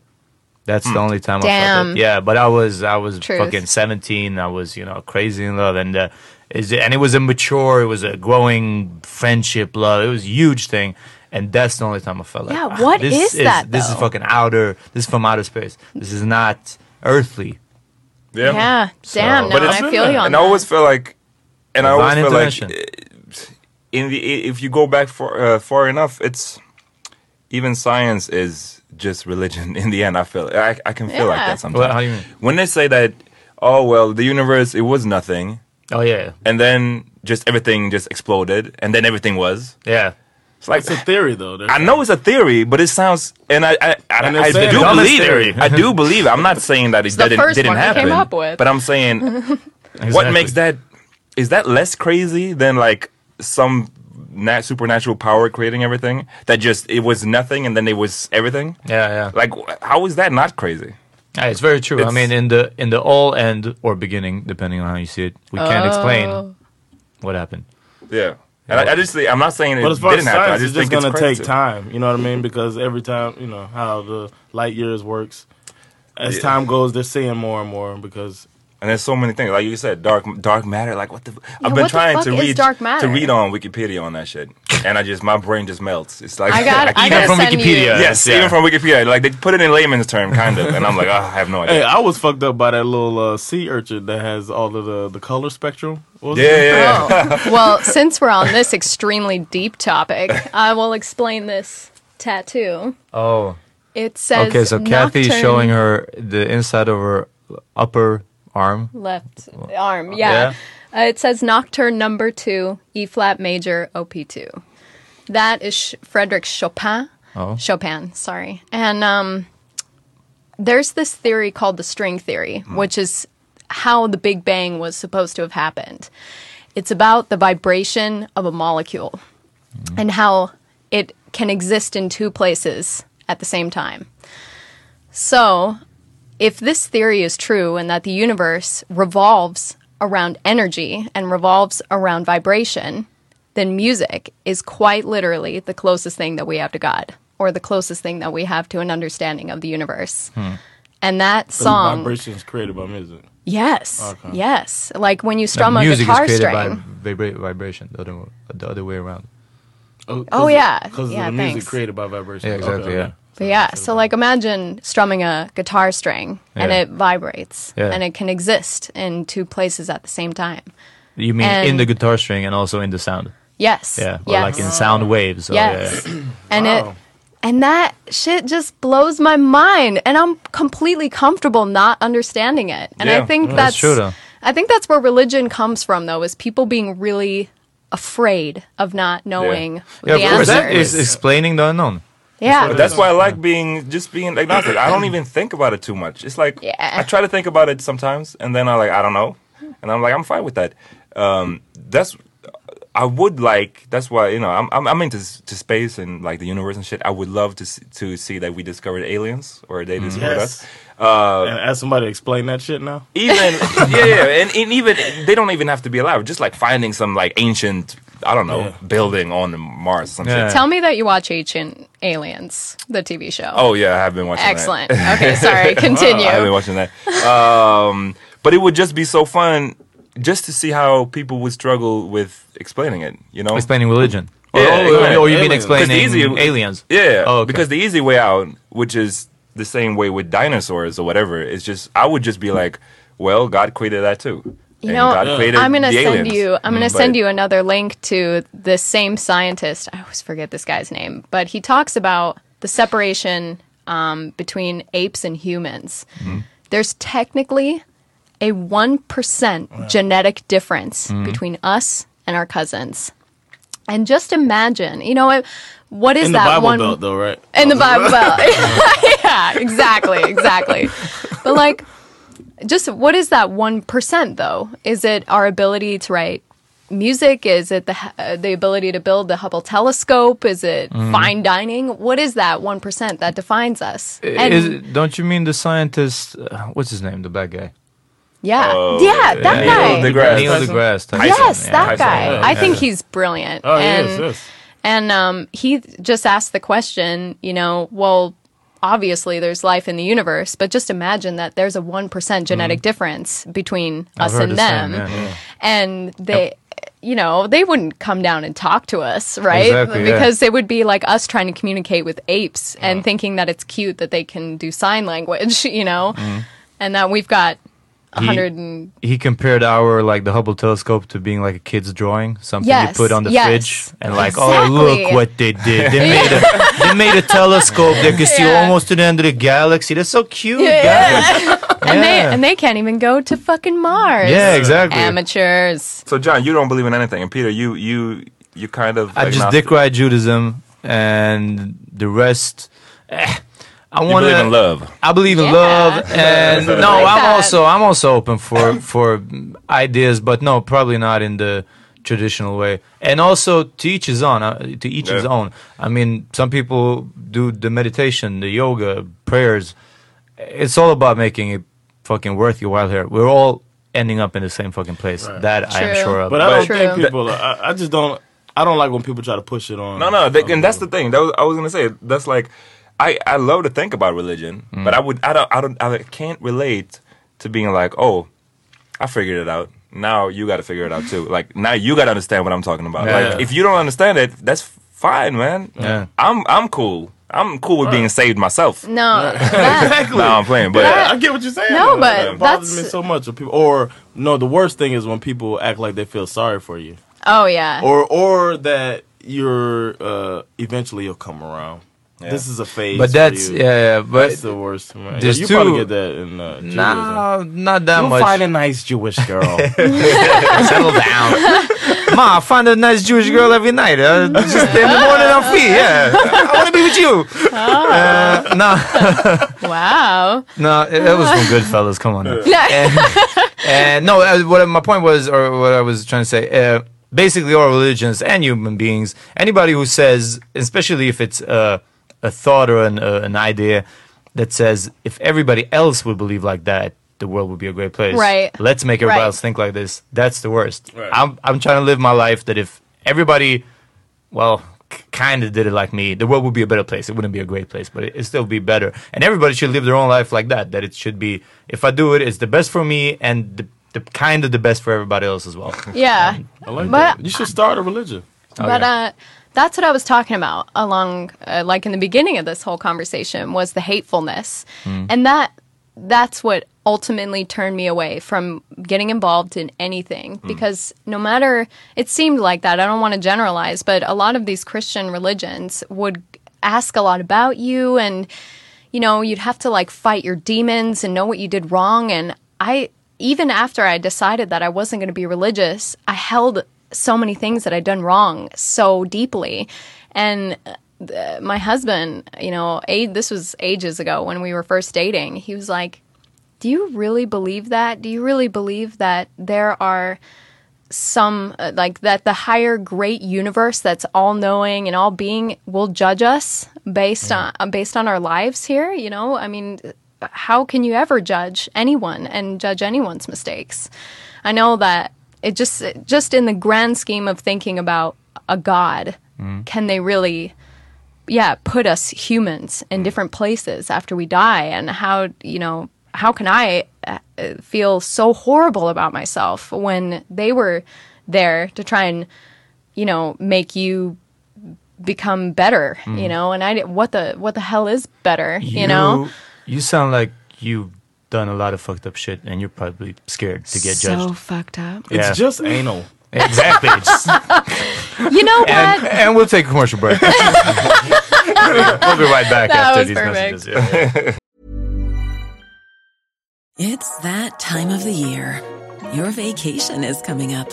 E: That's the only time I felt
F: Damn.
E: it. Yeah, but I was I was
F: Truth.
E: fucking seventeen. I was you know crazy in love and. Uh, is and it was a mature, it was a growing friendship, love. It was a huge thing, and that's the only time I felt like,
F: Yeah,
E: "Ah,
F: what
E: this
F: is that,
E: This is
F: though?"
E: fucking outer. This is from outer space. This is not earthly.
D: Yeah.
F: Yeah, damn. No,
D: it's-
F: I feel you on
D: And
F: that.
D: I always feel like, and I always
E: Divine
D: feel like,
E: intervention.
D: uh, in the i- if you go back far uh, far enough, it's even science is just religion. In the end, I feel I, I can feel like
F: Yeah.
D: that sometimes.
E: Well, how do you mean?
D: When they say that, oh well, the universe it was nothing,
E: Oh yeah,
D: and then just everything just exploded, and then everything was.
E: yeah.
D: It's like
C: It's a theory, though. There's-
D: I know it's a theory, but it sounds, and I, I, I,
C: And
D: I,
C: they're saying
D: do
C: it's
E: a
D: believe
E: theory.
D: it. I do believe it. I'm not saying that it
F: the
D: didn't,
F: first
D: didn't
F: one we came
D: happen.
F: up with.
D: But I'm saying, what
E: Exactly.
D: makes that is that less crazy than like some nat- supernatural power creating everything that just it was nothing and then it was everything?
E: Yeah, yeah.
D: Like, wh- how is that not crazy?
E: Yeah, it's very true. I mean, in the in the all end or beginning, depending on how you see it, we
F: Oh.
E: can't explain what happened.
D: Yeah. And I, I just, I'm not saying it
C: But as
D: didn't
C: far as
D: happen. I
C: science,
D: just
C: it's just
D: think it's
C: going to
D: crazy.
C: take time. You know what I mean? Because every time, you know, how the light years works, as time goes, they're seeing more and more because
D: And there's so many things, like you said, dark dark matter. Like what the? I've
F: what
D: been
F: the
D: trying
F: fuck
D: to
F: is
D: read
F: dark
D: to
F: matter?
D: read on Wikipedia on that shit, and I just my brain just melts. It's like
F: I got. I got
D: even
F: to
E: from
F: send
E: Wikipedia.
F: you.
D: yes,
E: Yeah.
D: even from Wikipedia, like they put it in layman's term, kind of, and I'm like, ah, I have no
C: Hey,
D: idea.
C: I was fucked up by that little uh, sea urchin that has all of the, the color spectrum. What was
D: yeah,
C: it?
D: yeah, yeah.
F: Oh. well, since we're on this extremely deep topic, I will explain this tattoo.
E: Oh,
F: It says
E: okay. So Kathy is
F: nocturne
E: showing her the inside of her upper arm.
F: left arm. Yeah. Uh, it says Nocturne number 2, E flat major, OP2. That is Sh- Frederick Chopin.
E: Oh.
F: Chopin, sorry. And um, there's this theory called the string theory,
E: Hmm.
F: which is how the Big Bang was supposed to have happened. It's about the vibration of a molecule
E: Hmm.
F: and how it can exist in two places at the same time. So, if this theory is true and that the universe revolves around energy and revolves around vibration, then music is quite literally the closest thing that we have to God or the closest thing that we have to an understanding of the universe.
E: Hmm.
D: Hmm.
F: And that
C: The
F: song,
C: Vibrations created by music.
F: yes, yes, like when you
E: Now,
F: strum a
E: music
F: guitar
E: is created
F: string.
E: by vibra- vibration. The other, the other way around.
C: Oh,
F: Oh, yeah.
C: Because
F: Yeah,
C: the music
F: thanks.
C: created by vibrations.
E: Yeah, exactly.
C: Okay,
E: yeah.
C: okay.
F: But yeah, so like imagine strumming a guitar string and
E: Yeah.
F: it vibrates
E: Yeah.
F: and it can exist in two places at the same time.
E: You mean in
F: And-
E: the guitar string and also in the sound.
F: Yes.
E: Yeah, or
F: yes.
E: like in sound waves. or- yeah,
F: Yes.
E: yeah.
F: And
C: Wow.
F: it and that shit just blows my mind and I'm completely comfortable not understanding it. And
D: Yeah,
F: I think
E: that's
F: that's,
E: true, though.
F: I think that's where religion comes from though is people being really afraid of not knowing
E: Yeah,
F: the
E: of course, that
F: answer.
E: is explaining the unknown.
F: yeah.
D: But that's why I like being just being agnostic. I don't even think about it too much. It's like
F: Yeah.
D: I try to think about it sometimes, and then I like I don't know, and I'm like I'm fine with that. Um, that's I would like. That's why you know I'm I'm, I'm into s- to space and like the universe and shit. I would love to s- to see that we discovered aliens or they discovered
C: Mm-hmm. Yes.
D: us. Uh,
C: And ask somebody to explain that shit now.
D: even yeah, yeah, and, and even they don't even have to be alive. Just like finding some like ancient, I don't know, building on Mars, or some
E: Yeah.
D: shit.
F: Tell me that you watch Ancient Aliens, the TV show.
D: Oh yeah, I have been watching. that.
F: Excellent. Okay, sorry. Continue.
D: I have been watching that. Um, but it would just be so fun just to see how people would struggle with explaining it. You know,
E: Explaining religion. Or-
D: Yeah,
E: or, or,
D: yeah.
E: you mean
C: Aliens. 'Cause
E: explaining
D: the easy-
E: aliens?
D: Yeah,
E: Oh, okay.
D: because the easy way out, which is the same way with dinosaurs or whatever, is just I would just be like, well, God created that too.
F: You know,
D: God created
F: I'm gonna
D: the
F: send
D: aliens.
F: you. I'm gonna
D: Mm, but-
F: send you another link to the same scientist. I always forget this guy's name, but he talks about the separation um, between apes and humans. There's technically a one percent genetic difference
D: Mm-hmm.
F: between us and our cousins. And just imagine, you know, what is
C: In the
F: that
C: Bible
F: one?
C: Belt, though, right?
F: in the Bible Belt. yeah, exactly, exactly. But like, just what is that one percent though? Is it our ability to write music? Is it the uh, the ability to build the Hubble telescope? Is it
E: Mm-hmm.
F: fine dining? What is that one percent that defines us? And
E: Uh, Is, it- don't you mean the scientist? Uh, what's his name? The black guy.
F: yeah,
E: Oh,
F: yeah, that guy.
D: Oh, Neil deGrasse
E: Neil
D: Tyson?
E: deGrasse. Tyson.
F: yes,
E: yeah.
D: I
F: that
D: saw
F: guy.
D: that.
F: I think he's brilliant.
I: Oh,
F: and,
I: yes, yes.
F: And um, he just asked the question, you know, well, obviously there's life in the universe, but just imagine that there's a 1% genetic difference between
E: Mm-hmm. I've
F: us
E: heard the
F: and them.
E: same, yeah, yeah.
F: And they. You know, they wouldn't come down and talk to us, right?
E: Exactly, yeah.
F: because it would be like us trying to communicate with apes and thinking that it's cute that they can do sign language, you know, and that we've got a
E: Mm. He-
F: 100 and
E: Mm-hmm. He compared our like the Hubble telescope to being like a kid's drawing, something
F: Yes,
E: you put on the
F: yes.
E: fridge, and like,
F: Exactly.
E: oh look what they did! They made a they made a telescope that could see
F: Yeah.
E: almost to the end of the galaxy. That's so cute, guys.
F: and they
E: Yeah.
F: and they can't even go to fucking Mars.
E: Yeah, exactly.
F: Amateurs.
D: So John, you don't believe in anything, and Peter, you you you kind of.
E: I just dick
D: agnostic.
E: ride Judaism, and the rest. eh, I
D: You
E: want
D: believe in love.
E: I believe in
F: Yeah.
E: love, and no,
F: like
E: I'm
F: that.
E: also I'm also open for for ideas, but no, probably not in the traditional way. And also, to each his own. Uh, to each his
D: Yeah.
E: own. I mean, some people do the meditation, the yoga, prayers. It's all about making it fucking worth your while. Here, we're all ending up in the same fucking place. That I am
F: True.
E: sure of.
C: But I don't
F: True.
C: think people. I, I just don't. I don't like when people try to push it on.
D: No, no, they, and that's the thing. That was, I was gonna say. That's like, I, I love to think about religion,
F: Mm.
D: but I would I don't I don't I can't relate to being like, oh, I figured it out. Now you got to figure it out too. Like now you got to understand what I'm talking about. Like
E: Yeah.
D: if you don't understand it, that's fine, man.
E: Yeah.
D: I'm I'm cool. I'm cool with being saved myself. No,
F: No. that-
C: Exactly.
D: I'm playing, but
C: Yeah, I get what you're saying.
F: No,
C: though.
F: but
C: it bothers
F: that's-
C: me so much. When people, or no, the worst thing is when people act like they feel sorry for you,
F: oh yeah.
C: or or that you're uh, eventually you'll come around. This is a phase.
E: But
C: for
E: that's
C: you.
E: yeah, yeah, but
C: That's the worst. Man.
E: There's
C: you probably
E: two-
C: get that in uh, Judaism.
E: nah, not that
C: You'll
E: much.
C: find a nice Jewish girl.
E: Settle down. Ma, I find a nice Jewish girl every night. Uh, just in the morning I'm free, yeah. I want to be with you.
F: Ah.
E: Uh, no,
F: wow.
E: no, it, it was from Goodfellas. Come on. now. And, and no, uh, what my point was, or what I was trying to say, uh, basically all religions and human beings, anybody who says, especially if it's uh, a thought or an, uh, an idea that says, if everybody else would believe like that, the world would be a great place.
F: Right.
E: Let's make everybody
F: Right.
E: else think like this. That's the worst. I'm I'm trying to live my life that if everybody, well, kind of did it like me, the world would be a better place. It wouldn't be a great place, but it, it'd still be better. And everybody should live their own life like that. That it should be. If I do it, it's the best for me and the, the kind of the best for everybody else as well.
F: Yeah.
C: I like
F: But-
C: that. You should start a religion.
E: Oh,
F: but uh that's what I was talking about along uh, like in the beginning of this whole conversation was the hatefulness. And that that's what ultimately turned me away from getting involved in anything because no matter it seemed like that I don't want to generalize but a lot of these Christian religions would ask a lot about you and you know, you'd have to like fight your demons and know what you did wrong. And I, even after I decided that I wasn't going to be religious, I held so many things that I'd done wrong so deeply. And uh, th- my husband, you know, a- this was ages ago when we were first dating, he was like, Do you really believe that? Do you really believe that there are some uh, like that the higher great universe that's all knowing and all being will judge us based on uh, based on our lives here you know i mean how can you ever judge anyone and judge anyone's mistakes i know that it just just in the grand scheme of thinking about a god can they really yeah, put us humans in different places after we die, and how you know how can I uh, uh, feel so horrible about myself when they were there to try and you know make you become better, you know? And I did, what the what the hell is better, you, know?
E: Oh, you sound like you've done a lot of fucked up shit, and you're probably scared to get
F: So
E: judged.
F: fucked up.
E: Yeah.
C: It's just anal.
E: exactly.
F: You know what?
E: and, and we'll take a commercial break. we'll be right back
F: That
E: after
F: was
E: these
F: perfect.
E: messages. Yeah, yeah.
B: It's that time of the year. Your vacation is coming up.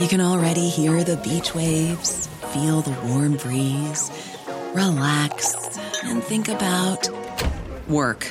B: You can already hear the beach waves, feel the warm breeze, relax, and think about work.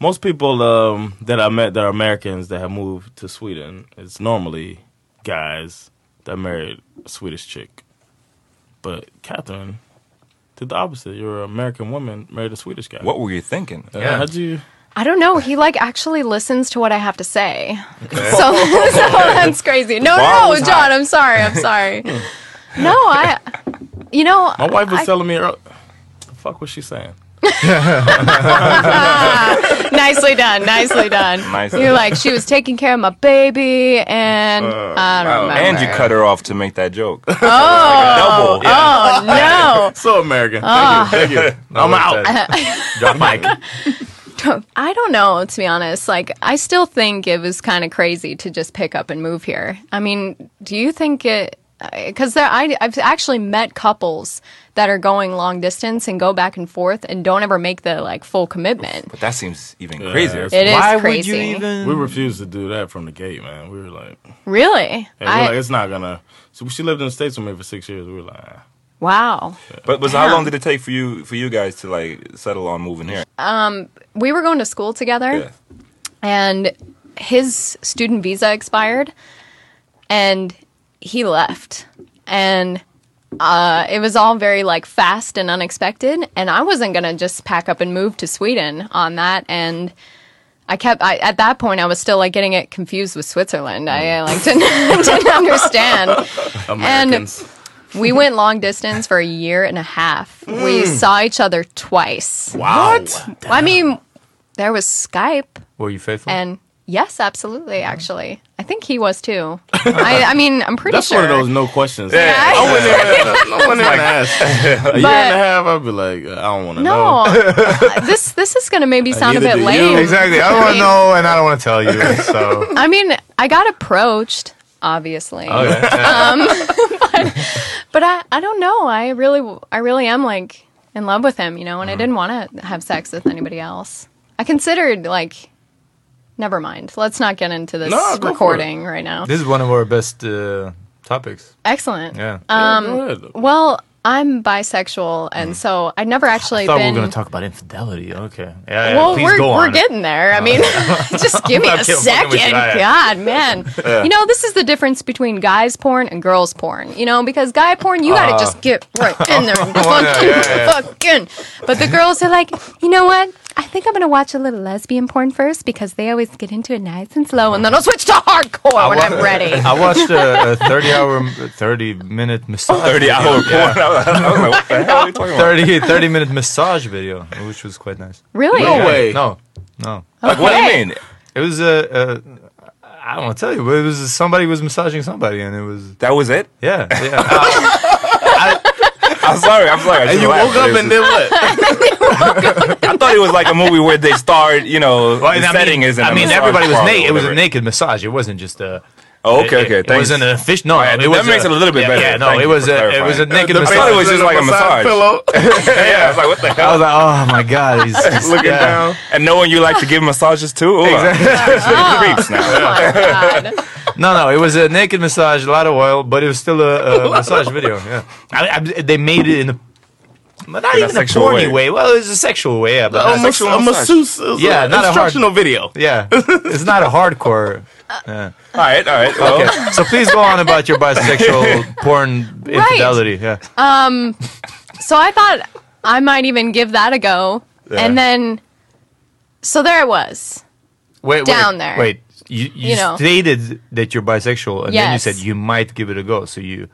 C: Most people um, that I met that are Americans that have moved to Sweden, it's normally guys that married a Swedish chick. But Catherine did the opposite. You're an American woman married a Swedish guy.
D: What were you thinking?
C: Uh,
D: Yeah.
C: How'd you?
F: I don't know. He like actually listens to what I have to say. So, so that's crazy. No,
C: Bar
F: no,
C: was
F: John.
C: high.
F: I'm sorry. I'm sorry. no, I. You know,
C: My wife was
F: I-
C: telling me, earl- the fuck was she saying?
F: nicely done. Nicely done.
D: Nice.
F: You're like she was taking care of my baby, and I don't
D: Wow.
F: remember.
D: And you cut her off to make that joke.
F: Oh,
D: double.
F: oh no.
C: so American.
F: Ah.
C: Thank you. Thank you. I'm out. Drop mic.
F: I don't know, to be honest. Like, I still think it was kind of crazy to just pick up and move here. I mean, do you think it? Because there, I, I've actually met couples that are going long distance and go back and forth and don't ever make the like full commitment.
D: But that seems even crazier.
F: It is Why would you crazy. even-
C: We refused to do that from the gate, man. We were like,
F: Really?
C: hey, we
F: I-
C: were like, it's not gonna. So she lived in the states with me for six years. We were like, ah.
F: wow.
D: But was
F: Damn.
D: how long did it take for you for you guys to like settle on moving here?
F: Um, we were going to school together.
D: Yeah.
F: and his student visa expired and he left and uh, it was all very like fast and unexpected and i wasn't going to just pack up and move to sweden on that and i kept I, at that point i was still like getting it confused with switzerland i uh, like didn't, didn't understand
C: Americans.
F: we went long distance for a year and a half we
E: Mm.
F: saw each other twice
E: Wow.
F: i mean there was skype
E: Were you faithful?
F: and yes, absolutely. Actually, I think he was too. I, I mean, I'm pretty
C: That's
F: sure.
C: one of those no questions.
F: Yeah.
C: I wouldn't even, I wouldn't even ask. A year and a half, I'd be like, I don't want to
F: no,
C: know. Uh,
F: uh, this this is gonna maybe sound a bit lame.
E: Exactly. I don't want to know, and I don't want to tell you. So.
F: I mean, I got approached, obviously.
E: Oh, yeah.
F: um, but but I, I don't know. I really I really am like in love with him, you know. And
E: Mm-hmm.
F: I didn't want to have sex with anybody else. I considered like. Never mind. Let's not get into this
E: No, go for it.
F: recording right now.
E: This is one of our best uh, topics.
F: Excellent.
E: Yeah. Mm-hmm.
F: Um, well, I'm bisexual, and so I've never actually
E: I thought we
F: been.
E: were going to talk about infidelity. Okay. Yeah, yeah,
F: well,
E: Uh, please
F: we're
E: go on. Uh,
F: we're getting there. I mean, just give me
E: I'm
F: a
E: kidding, fucking
F: second.
E: with you. Yeah, yeah.
F: God, man.
E: Yeah.
F: You know, this is the difference between guys' porn and girls' porn. You know, because guy porn, you gotta
E: Uh.
F: just get right in there, and
E: Come on, yeah,
F: fucking,
E: yeah, yeah.
F: fucking. But the girls are like, you know what? I think I'm gonna watch a little lesbian porn first because they always get into it nice and slow, and then I'll switch to hardcore when
E: wa-
F: I'm ready.
E: I watched a, a 30 hour, 30 minute massage.
D: 30 hour
E: video.
D: porn. Oh, I was like, what the hell are you talking about?
E: 30, 30 minute massage video, which was quite nice.
F: Really? No
E: Yeah.
F: way.
E: No, no.
D: Like, what do you Okay. mean?
E: It was Uh, uh, I don't want to tell you, but it was somebody was massaging somebody, and it was
D: that was it.
E: Yeah, yeah.
D: I'm sorry. I'm sorry.
E: And
D: I just
E: you
D: laughed.
E: woke up
D: It was
E: and
D: just-
E: then
D: I thought it was like a movie where they start. You know,
E: Well, and
D: the
E: I
D: setting
E: mean,
D: is. In
E: I
D: a
E: mean,
D: massage
E: everybody was
D: parlor or
E: naked. It was a
D: whatever.
E: naked massage. It wasn't just a.
D: Oh, okay,
E: it-
D: okay,
E: It,
D: thanks.
E: wasn't a fish. No,
D: Alright,
E: it
D: that
E: was
D: makes it a little bit
E: yeah,
D: better.
E: Yeah, no,
D: Thank
E: it
D: you
E: was
D: for
E: a. It was a
D: clarifying.
E: naked
D: I
E: massage.
D: thought it was just like a massage. yeah, I was like, what the hell?
E: I was like, oh my god, he's, he's
D: Looking
E: yeah.
D: oh. down and knowing you like to give massages too. Ooh, exactly. creeps now.
E: No, No, no, it was a naked massage, a lot of oil, but it was still a, a massage video. Yeah, I, I, they made it in a but not
C: In a
E: even a,
C: sexual
E: porny way.
C: way.
E: Well, it was a sexual way. Yeah, but
C: A
E: not
C: mas-
E: sexual
C: a
E: massage.
C: masseuse, it was
E: Yeah,
C: a
E: not a
C: instructional video.
E: Yeah, it's not a hardcore. Yeah.
D: All right, all right.
F: well.
E: Okay, so please go on about your bisexual porn
F: Right.
E: infidelity. Yeah.
F: Um, so I thought I might even give that a go,
E: Yeah.
F: and then so there I was.
E: Wait, wait,
F: Down there.
E: Wait, you, you,
F: You know.
E: stated that you're bisexual, and then you
F: Yes.
E: said you might give it a go. So you,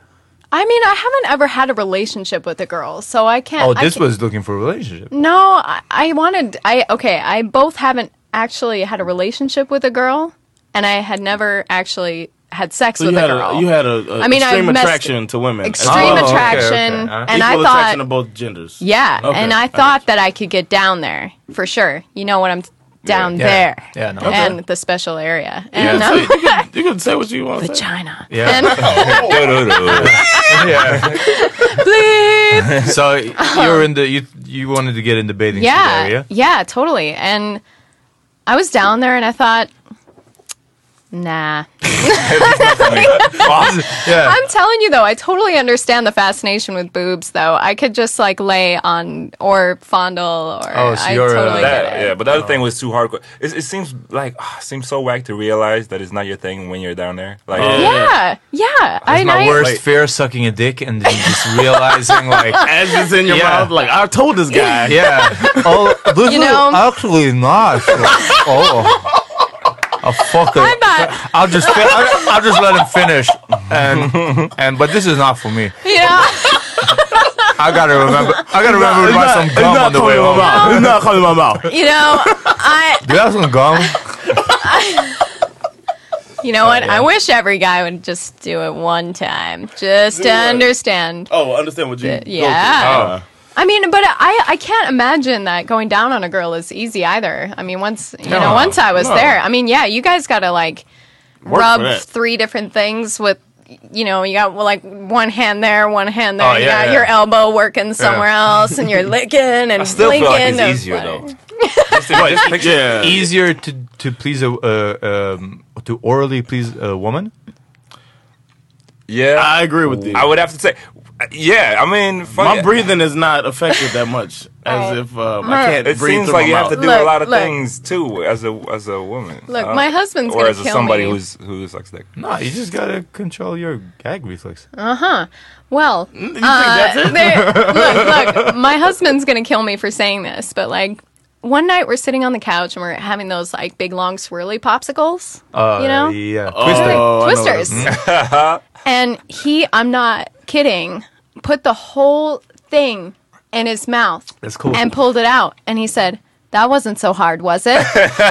F: I mean, I haven't ever had a relationship with a girl, so I can't.
E: oh,
F: I
E: this
F: can't-
E: was looking for a relationship.
F: No, I, I wanted. I okay. I both haven't actually had a relationship with a girl, and I had never actually had sex
C: So
F: with
C: you
F: a
C: had
F: girl.
C: a, you had a, a
F: I mean, I
C: extreme
F: messed-
C: attraction to women. Oh, as
F: Extreme
C: well.
F: attraction, and I
C: Equal
F: thought-
C: attraction to both genders.
F: Yeah,
C: Okay.
F: and I
C: Okay.
F: thought that I could get down there for sure. You know what I'm down
C: Yeah.
F: there.
C: Yeah, no.
F: And the special area.
C: You
F: And
C: can
F: I'm-
C: say- you can- you can say what you want.
F: Vagina.
E: Yeah. yeah. So you were in the you you wanted to get in the bathing
F: yeah,
E: suit area.
F: yeah, totally. And I was down there and I thought, nah.
E: yeah.
F: I'm telling you though, I totally understand the fascination with boobs though. I could just like lay on or fondle or
E: Oh,
F: I totally
E: uh,
F: get it.
D: that, yeah. But the other thing was too hardcore. It, it seems like ah, seems so whack to realize that it's not your thing when you're down there. Like,
E: Oh,
F: Yeah, yeah.
E: That's
F: I,
E: my
F: I-
E: worst fear: sucking a dick and then just realizing like
C: As it's in your mouth, like, I told this guy.
E: Yeah. Oh, this is
F: You know-
E: actually nice. oh. A fucker.
F: I'm not-
E: I'll just fin- I'll, I'll just let him finish, and and but this is not for me.
F: Yeah.
E: I gotta remember. I gotta remember to buy some gum on the way home.
C: It's not coming my mouth.
F: you know, I
E: Do you have some gum?
F: you know
E: Oh,
F: what? I wish every guy would just do it one time. Just to
C: Do it.
F: understand.
C: Oh, understand what you.
F: Uh,
C: go through.
D: Oh.
F: yeah. I mean, but I, I can't imagine that going down on a girl is easy either. I mean, once you
C: No,
F: know, once I was
C: no.
F: there, I mean, yeah, you guys got to like
C: Work for
F: rub
C: that.
F: three different things with, you know, you got well, like one hand there, one hand there,
D: Oh,
F: you
D: yeah,
F: got
D: yeah.
F: your elbow working somewhere else, and you're licking and
D: I still
F: blinking.
D: feel like it's
F: and-
D: easier though.
C: yeah.
E: Easier to to please a uh, um, to orally please a woman.
D: Yeah,
C: I agree with you.
D: I would have to say, yeah. I mean, funny-
C: my breathing is not affected that much as if um, I can't
D: it
C: breathe.
D: seems
C: through
D: like
C: my
D: you have
C: mouth.
D: to do a
F: Look,
D: lot of
F: Oh. look.
D: things too as a as a woman.
F: Look,
D: Uh,
F: my husband's
D: or
F: gonna
D: as a
F: kill
D: somebody
F: me.
D: who's who sucks dick.
E: No, you just gotta control your gag reflex.
F: Uh-huh. Well, uh, there- look, look, my husband's going to kill me for saying this, but like one night we're sitting on the couch and we're having those like big long swirly popsicles,
E: Uh,
F: you know?
E: Yeah.
C: Oh,
E: Mm-hmm.
F: Twisters.
C: Mm-hmm.
F: And he, I'm not kidding, put the whole thing in his mouth
E: That's cool.
F: and pulled it out and he said, "That wasn't so hard, was it?"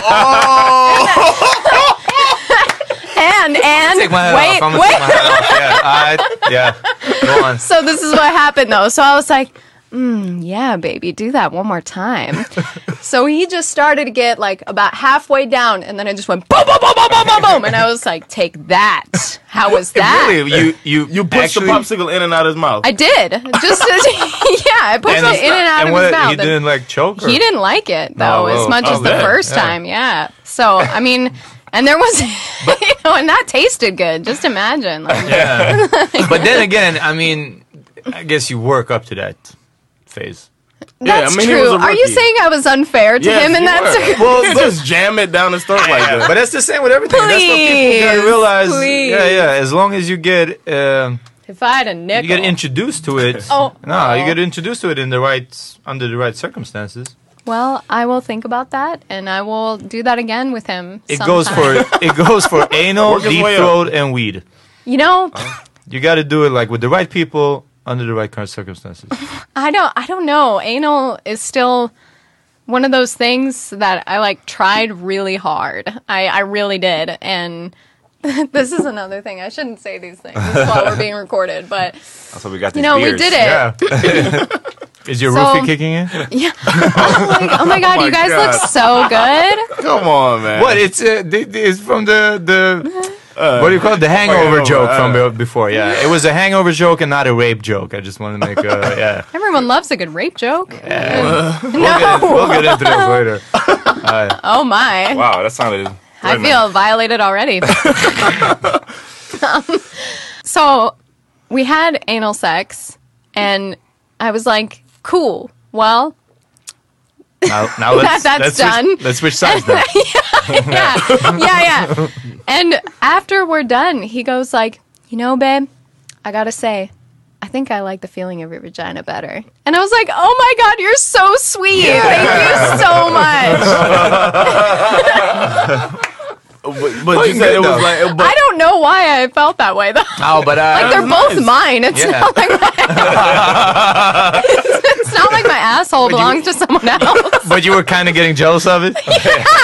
E: Oh.
F: and and
E: Take my head
F: wait,
E: off. I'm gonna
F: wait.
E: take my head off. Yeah. I, yeah. Go on.
F: So this is what happened though. So I was like, mm, yeah, baby, do that one more time. so he just started to get like about halfway down, and then I just went boom, boom, boom, boom, boom, boom, boom, and I was like, take that. How was that?
C: Really, you you you pushed the popsicle in and out of his mouth.
F: I did. Just yeah, I pushed it in and out of
E: what,
F: his mouth.
E: He didn't like choke her.
F: He didn't like it
E: No,
F: though,
E: well,
F: as much
E: oh,
F: as the
E: good.
F: first
E: Yeah.
F: time. Yeah. So I mean, and there was, you know, and that tasted good. Just imagine. Like,
E: Yeah. but then again, I mean, I guess you work up to that phase.
F: that's true. Are you saying I was unfair to him in that? circumstance?
C: well, just jam it down his throat like that.
E: But that's the same with everything. that's what people gotta
F: Please,
E: realize.
F: please.
E: Yeah, yeah. As long as you get, um,
F: if I had a nickel,
E: you get introduced to it.
F: Oh.
E: No, you get introduced to it in the right, under the right circumstances.
F: Well, I will think about that, and I will do that again with him.
E: It goes for
F: sometime.
E: it goes for anal,
C: Work his
E: deep
C: way up.
E: throat, and weed.
F: you know.
E: You got to do it like with the right people under the right kind of circumstances.
F: I don't. I don't know. Anal is still one of those things that I like tried really hard. I I really did, and this is another thing. I shouldn't say these things while we're being recorded, but
D: That's why we got
F: You
D: these
F: know, we
D: beers.
F: did it. Yeah.
E: Is your
F: So-
E: roofie kicking in?
F: yeah. I'm like, oh my god,
E: my
F: you guys
E: God.
F: look so good.
C: Come on, man. Uh,
E: What? It's uh, the- the- it's from the the what do you call it? The hangover
C: hangover,
E: joke
C: uh,
E: from be- before. Yeah, it was a hangover joke and not a rape joke. I just want to make a yeah.
F: Everyone loves a good rape joke.
E: We'll, get, we'll get into this later. Uh,
F: Oh my.
D: Wow, that sounded
F: I
D: Right
F: feel violated already. Um, so we had anal sex, and I was like, cool. Well,
E: Now, now let's,
F: That's
E: let's
F: done.
E: Switch, let's switch sides then.
F: yeah, yeah. And after we're done, he goes like, "You know, babe, I gotta say, I think I like the feeling of your vagina better." And I was like, "Oh my god, you're so sweet! Thank you so much."
E: but but you said it was like. But,
F: I don't know why I felt that way though.
E: no, but uh,
F: Like they're both mine. It's
E: Yeah.
F: not like my, it's not like my asshole belongs to someone else.
E: But you were kind of getting jealous of it.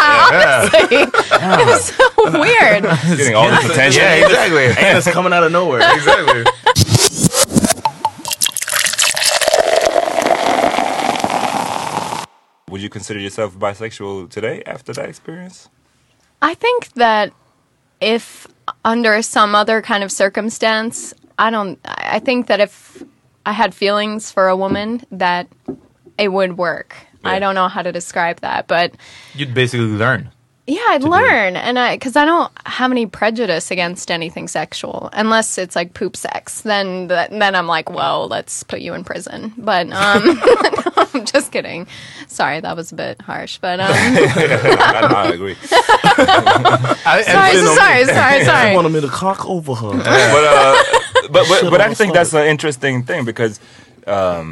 F: Honestly, it was so weird.
E: Getting
J: all the attention.
E: Yeah, exactly.
J: And it's coming out of nowhere. Exactly.
D: Would you consider yourself bisexual today after that experience?
F: I think that if under some other kind of circumstance, I don't. I I think that if I had feelings for a woman, that it would work. I don't know how to describe that, but
E: You'd basically learn.
F: yeah, I'd learn, and I because I don't have any prejudice against anything sexual, unless it's like poop sex. Then th- then I'm like, whoa, let's put you in prison. But um, no, I'm just kidding. Sorry, that was a bit harsh, but um,
D: I, I agree.
F: Sorry, sorry, sorry, sorry.
C: She wanted me to cock over her.
D: but uh, but but,
C: Shit
D: but
C: on
D: I
C: the
D: think
C: stomach.
D: that's an interesting thing because um,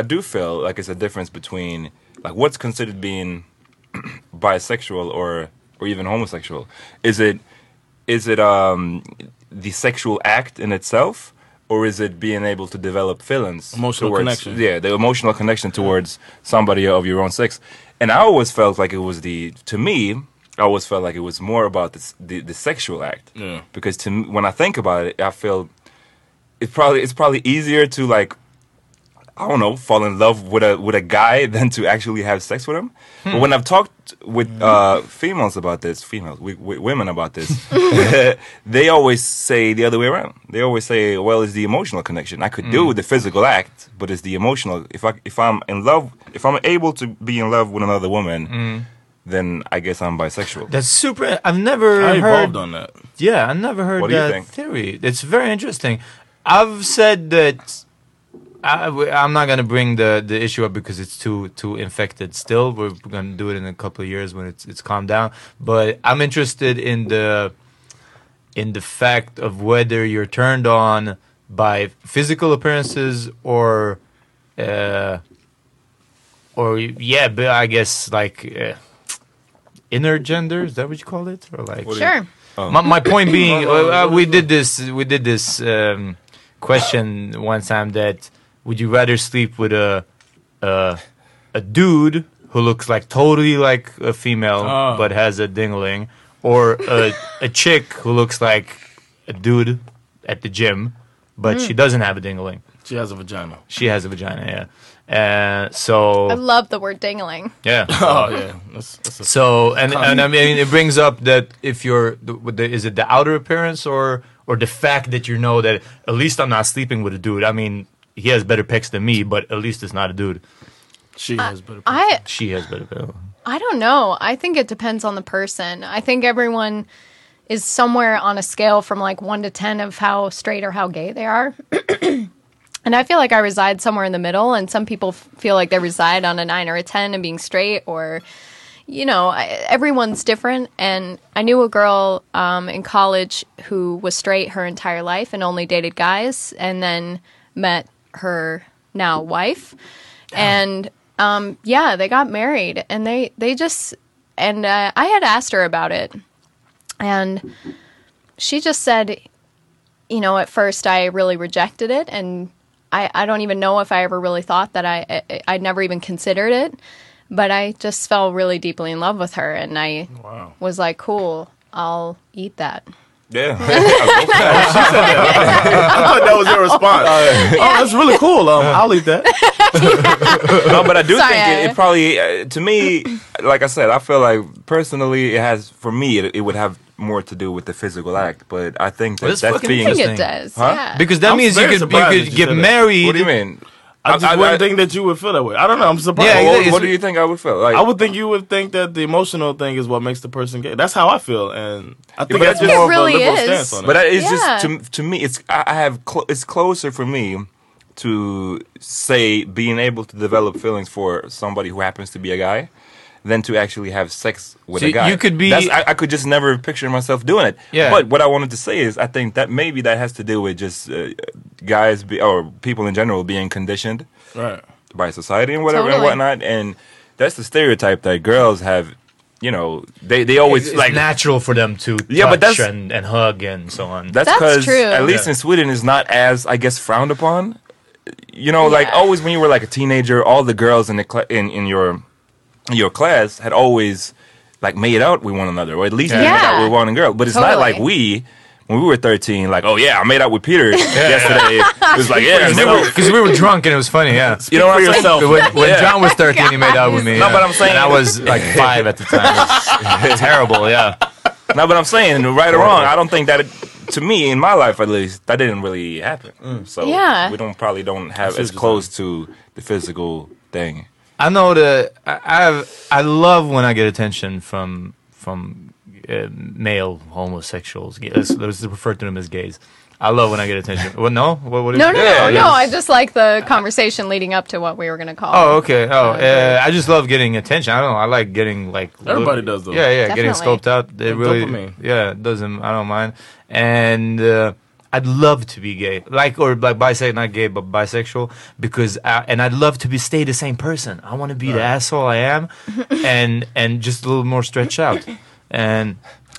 D: I do feel like it's a difference between like what's considered being bisexual or or even homosexual. Is it is it um, the sexual act in itself? Or is it being able to develop feelings,
C: Emotional
D: towards,
C: connection.
D: Yeah, the emotional connection towards somebody of your own sex. And I always felt like it was the to me, I always felt like it was more about the s- the, the sexual act
C: Yeah.
D: because to me, when I think about it, I feel it's probably it's probably easier to like I don't know fall in love with a with a guy than to actually have sex with him. But when I've talked with uh, females about this, females, wi wi women about this, they always say the other way around. They always say, "Well, it's the emotional connection. I could do the physical act, but it's the emotional. If I if I'm in love, if I'm able to be in love with another woman."
E: Hmm.
C: Mm.
D: Then I guess I'm bisexual.
E: That's super. I've never
D: I
E: heard
D: evolved on that.
E: Yeah, I never heard
D: What do you
E: that
D: think?
E: theory. It's very interesting. I've said that I, am not gonna bring the, the issue up because it's too too infected. Still, we're gonna do it in a couple of years when it's it's calmed down. But I'm interested in the in the fact of whether you're turned on by physical appearances or uh, or yeah, but I guess like uh, inner gender is that what you call it or like
F: What do you- Sure.
D: Oh.
E: My, my point being,
D: No, no,
E: uh, uh,
D: no,
E: we did this we did this um, question one time that would you rather sleep with a a, a dude who looks like totally like a female
C: Oh.
E: but has a dingling or a a chick who looks like a dude at the gym but she doesn't have a dingling.
C: She has a vagina.
E: She has a vagina, yeah. Uh, so
F: I love the word dangling.
E: yeah.
C: Oh yeah. That's, that's a
E: So and and I mean it brings up that if you're the, with the, is it the outer appearance or or the fact that you know that at least I'm not sleeping with a dude. I mean he has better pecs than me, but at least it's not a dude.
C: she has better.
F: I
E: She has better pecs.
F: I don't know. I think it depends on the person. I think everyone is somewhere on a scale from like 1 to 10 of how straight or how gay they are. and I feel like I reside somewhere in the middle and some people f- feel like they reside on a 9 or a 10 and being straight or you know, I, everyone's different. And I knew a girl um, in college who was straight her entire life and only dated guys, and then met her now wife. And um, yeah, they got married, and they they just and uh, I had asked her about it, and she just said, you know, at first I really rejected it, and I I don't even know if I ever really thought that I, I I'd never even considered it but I just fell really deeply in love with her, and I
C: Wow.
F: was like, "Cool, I'll eat that."
D: Yeah, I'll go for it.
C: I thought that was your response. Oh, that's really cool. Um, I'll eat that.
D: no, but I do
F: Sorry,
D: think it,
F: I-
D: it probably, uh, to me, like I said, I feel like personally, it has for me, it, it would have more to do with the physical act. But I think that
E: Well, that's
D: that's
E: fucking
D: being
F: I think
E: interesting.
F: it does.
D: Huh?
F: Yeah.
E: Because that
C: I'm
E: means you
C: very
E: could you
C: surprised that
E: could
C: you
E: get
C: said that.
E: married
D: What do you mean?
C: I just wouldn't think that you would feel that way. I don't know. I'm surprised.
D: Yeah, Well, what- what do you think I would feel? Like-
C: I would think you would think that the emotional thing is what makes the person gay. That's how I feel, and I think
D: but
C: that's
D: that
C: more
D: just-
C: of a liberal stance on it.
D: But that is
C: Yeah.
D: just to, to me. It's I I have clo it's closer for me to say being able to develop feelings for somebody who happens to be a guy than to actually have sex with
E: See,
D: a guy.
E: you could be-
D: That's, I, I could just never picture myself doing it.
E: Yeah.
D: But what I wanted to say is, I think that maybe that has to do with just uh, guys be, or people in general being conditioned
C: Right.
D: by society and whatever and
C: Totally.
D: whatnot. And that's the stereotype that girls have. You know, they they always
E: it's
D: like
E: natural for them to
D: Yeah, but
E: touch
D: that's-
E: and, and hug and so on.
D: That's because at least in Sweden is not as I guess frowned upon. You know, like always when you were like a teenager, all the girls in the cla in, in your in your class had always like made out with one another, or at least they made out
K: Yeah.
D: with one girl. But it's not
K: Totally.
D: like we. When we were 13, like, oh yeah, I made out with Peter yesterday. it was like, yeah,
E: Because we were- 'cause we were drunk and it was funny. Yeah,
D: You know what I'm saying?
E: When, when
D: Yeah.
E: John was 13, he made out with me.
D: No,
E: yeah.
D: but I'm saying-
E: and I was like five at the time. It was terrible. Yeah.
D: No, but I'm saying, right or wrong, I don't think that, it, to me, in my life at least, that didn't really happen.
E: Mm.
D: So
E: Yeah.
D: we don't probably don't have as close to the physical thing.
E: I know the I I've, I love when I get attention from from uh, male homosexuals. G- Let's, let's refer to them as gays. I love when I get attention. Well, no, what, what do you-
F: No, no, no, no. I just like the conversation leading up to what we were going to call.
E: Oh, okay. Oh, uh, I just love getting attention. I don't know. I like getting like
C: Everybody does though.
E: Yeah, yeah. Getting
C: Definitely.
E: scoped out. It
C: Like
E: really.
C: dopamine.
E: Yeah, it doesn't. I don't mind. And uh, I'd love to be gay, like or like bisexual, not gay, but bisexual, because I, and I'd love to be stay the same person. I want to be the asshole I am, and and just a little more stretched out. And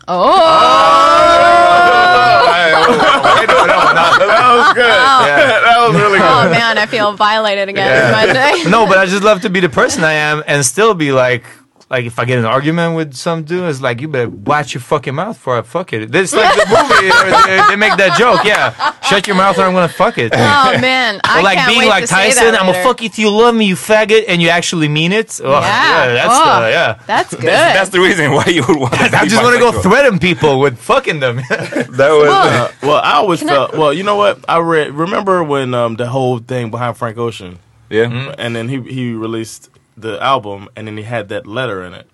C: Oh.
F: Oh.
C: that was good. that was really good.
F: Oh man, I feel violated again.
E: Yeah. no, but I just love to be the person I am and still be like, like if I get in an argument with some dude, it's like you better watch your fucking mouth before I fuck it. This like the movie, they, they make that joke. Yeah, shut your mouth or I'm gonna fuck it.
F: Oh man, I
E: Or like
F: can't
E: being
F: wait
E: like
F: to say
E: Tyson,
F: that
E: I'm gonna
F: later.
E: fuck you till you love me, you faggot, and you actually mean it. Oh,
F: Yeah.
E: yeah. that's
F: Oh,
C: uh,
E: the yeah.
F: That's good.
D: the reason why you would want.
E: I just want to go threaten people with fucking them. that
D: was
C: Uh, well, I always
E: Can I-
C: felt. well, you know what? I read. Remember when um, the whole thing behind Frank Ocean? Mm-hmm.
D: Yeah.
C: And then he he released the album, and then he had that letter in it.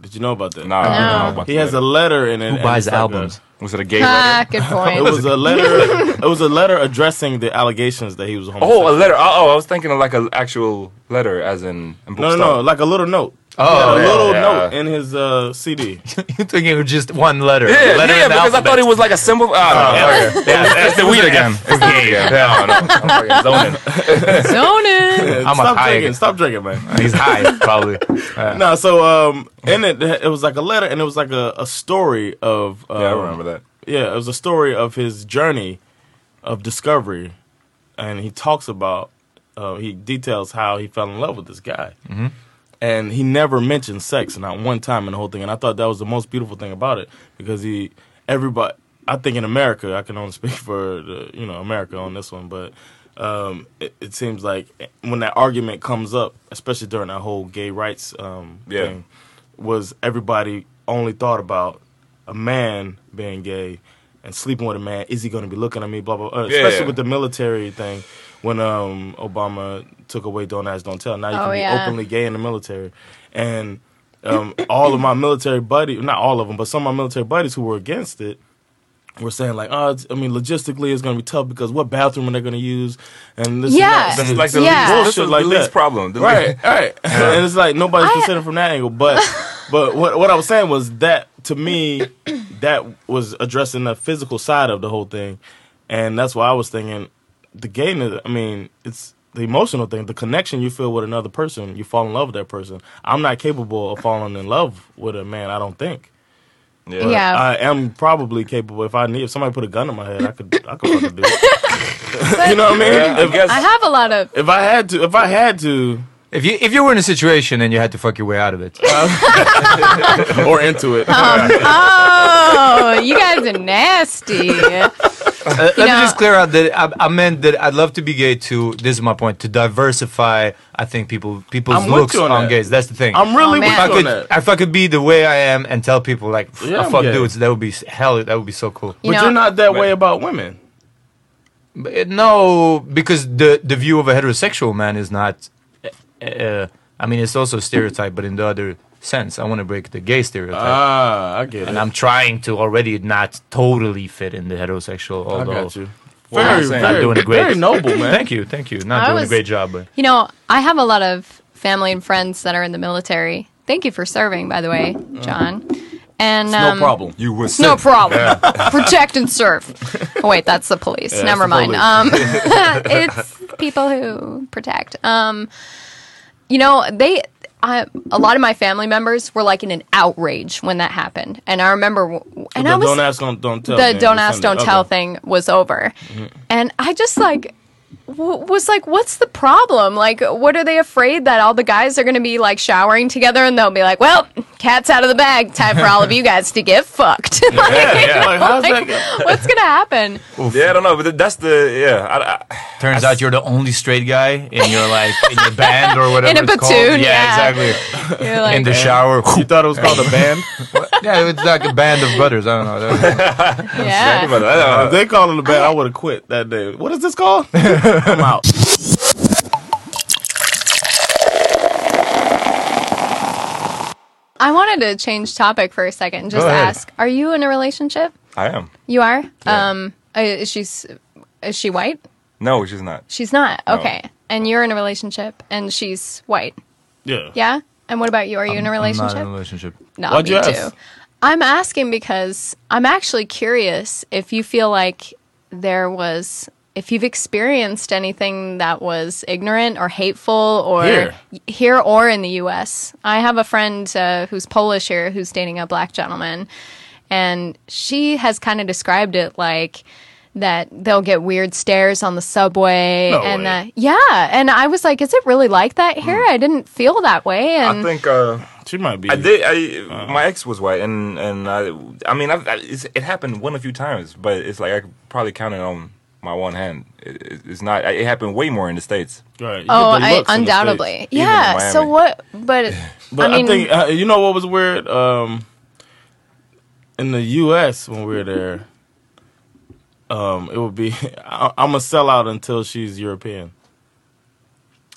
C: Did you know about that?
D: I didn't know No. about
C: He
D: the
C: has a
D: letter.
C: letter in it.
D: Who
C: and
D: buys
C: it's like
D: albums?
C: a-
D: Was it a
F: gay Ah, letter? good point.
C: it was a letter. It was a letter addressing the allegations that he was. homosexual.
D: Oh, a letter. Oh, oh, I was thinking of like an actual letter, as in. in
C: No, no, no, like a little note. He
D: Oh,
C: had a
D: yeah,
C: little
D: yeah.
C: note in his uh, CD.
E: you think it was just one letter?
D: Yeah,
E: letter
D: yeah,
E: in the
D: because I thought it was like a symbol. Oh,
C: Ah,
E: yeah.
D: no, sorry. That's- that's the weed again. It's the weed again. No, no, I'm fucking zoning.
F: Zonin.
E: I'm
C: stop
E: a high.
C: drinking. Stop drinking, man.
E: He's high, probably.
C: no, so um, in it, it was like a letter, and it was like a, a story of. Um,
D: Yeah, I remember that.
C: Yeah, it was a story of his journey of discovery, and he talks about, uh, he details how he fell in love with this guy,
D: Mm-hmm.
H: Mhm.
J: Mm-hmm.
C: and he never mentioned sex, not one time in the whole thing, and I thought that was the most beautiful thing about it because he, everybody, I think in America, I can only speak for the, you know America on this one, but. Um, it, it seems like when that argument comes up, especially during that whole gay rights um,
D: Yeah.
C: thing, was everybody only thought about a man being gay and sleeping with a man. Is he going to be looking at me? Blah blah. blah.
D: Yeah.
C: Especially with the military thing, when um, Obama took away "Don't Ask, Don't Tell." Now you
D: Oh,
C: can be
D: yeah.
C: openly gay in the military, and um, all of my military buddies, not all of them, but some of my military buddies who were against it, were saying like, "Oh, it's, I mean, logistically, it's going to be tough because what bathroom are they going to use?" And this,
D: Yeah.
C: and that.
D: That's like the Yeah. least- this is the least
C: that.
D: problem. The
C: right?
D: least-
C: Right.
D: Yeah.
C: and it's like nobody's considering from that angle, but but what what I was saying was that to me, that was addressing the physical side of the whole thing, and that's why I was thinking the gayness. I mean, it's the emotional thing, the connection you feel with another person. You fall in love with that person. I'm not capable of falling in love with a man. I don't think.
D: Yeah.
C: But
F: Yeah.
C: I am probably capable. If I need, if somebody put a gun in my head, I could, I could fucking do it. you know what I mean?
E: Yeah, I
C: If-
E: guess-
F: I have a lot of.
C: if I had to, if I had to,
E: if you if you were in a situation and you had to fuck your way out of it,
C: Um, or into it.
F: Oh, you guys are nasty.
E: Uh, let me just clear out that I, I meant that I'd love to be gay too. This is my point to diversify. I think people people's
C: I'm with
E: looks
C: you on
E: on,
C: that.
E: gays. That's the thing.
C: I'm really Oh, with
E: if I
C: you on
E: could
C: that.
E: if I could be the way I am and tell people like "Pff,
C: Yeah,
E: I
C: I'm
E: fuck
C: gay."
E: dudes, that would be s- hell. That would be so cool.
C: but you're not that way about women.
E: B- uh, No, because the the view of a heterosexual man is not. uh, Uh, I mean, it's also a stereotype, but in the other sense, I want to break the gay stereotype.
J: Ah, I get
E: and
J: it.
E: I'm trying to already not totally fit in the heterosexual.
J: I got
E: Although
J: you.
E: Well,
J: Very,
E: I'm saying
J: very-
E: not doing a great.
J: very noble, man.
E: Thank you, thank you. Not
F: I
E: doing
F: was-
E: a great job, but
F: You know, I have a lot of family and friends that are in the military. Thank you for serving, by the way, John. And
J: It's no
F: um,
J: problem. You
F: It's no problem. Protect and serve. Oh, wait, that's the police.
J: Yeah,
F: Never
J: it's the
F: mind.
J: police.
F: Um, it's people who protect. Um, you know, they. I, a lot of my family members were like in an outrage when that happened, and I remember. w- And I
C: The
F: was
C: don't ask, don't, don't tell.
F: the
C: thing
F: don't
C: is
F: ask,
C: something-
F: don't tell
C: okay.
F: thing was over. And I just like w- was like, what's the problem? Like, what are they afraid that all the guys are going to be like showering together and they'll be like, well, cat's out of the bag. Time for all of you guys to get fucked. Like,
D: yeah. Like, how's
F: like, what's going to happen?
D: Yeah, I don't know, but th- that's
J: uh,
D: the yeah. I, I,
E: turns out you're the only straight guy in your like in your band or whatever.
F: In a
E: it's called.
F: platoon, yeah.
E: exactly.
F: You're like-
E: in the shower. You
C: thought it was called a band?
E: yeah, it's like a band of brothers. I don't know.
F: Yeah.
C: If they called him the band, I would have quit that day. What is this called? I'm out.
F: I wanted to change topic for a second and
D: Go
F: just
D: ahead.
F: ask, are you in a relationship?
D: I am.
F: You are? Um, uh, is she's, is she white?
D: No, she's not.
F: She's not.
D: No.
F: Okay. And you're in a relationship and she's white.
C: Yeah.
F: Yeah? And what about you? Are you in a relationship?
E: relationship.
F: No, me too. I'm asking because I'm actually curious if you feel like there was if you've experienced anything that was ignorant or hateful or
K: Here.
F: here or in the US. I have a friend uh, who's Polish here who's dating a black gentleman and she has kind of described it like that they'll get weird stares on the subway
D: No
F: and
D: way. Hmm.
F: that yeah and I was like is it really like that here? I didn't feel that way and
D: I think uh,
C: she might be. Uh-huh.
D: I did. I, my ex was white, and and I, I mean, I, I, it's, it happened one or few times, but it's like I could probably count it on my one hand. It, it- it's not. It happened way more in the states.
C: Right.
F: Oh, I, undoubtedly. Yeah. So what? But,
C: But
F: I
C: I,
F: mean,
C: think uh, you know what was weird um, in the U.S. when we were there. Um, it would be I, I'm a sellout until she's European.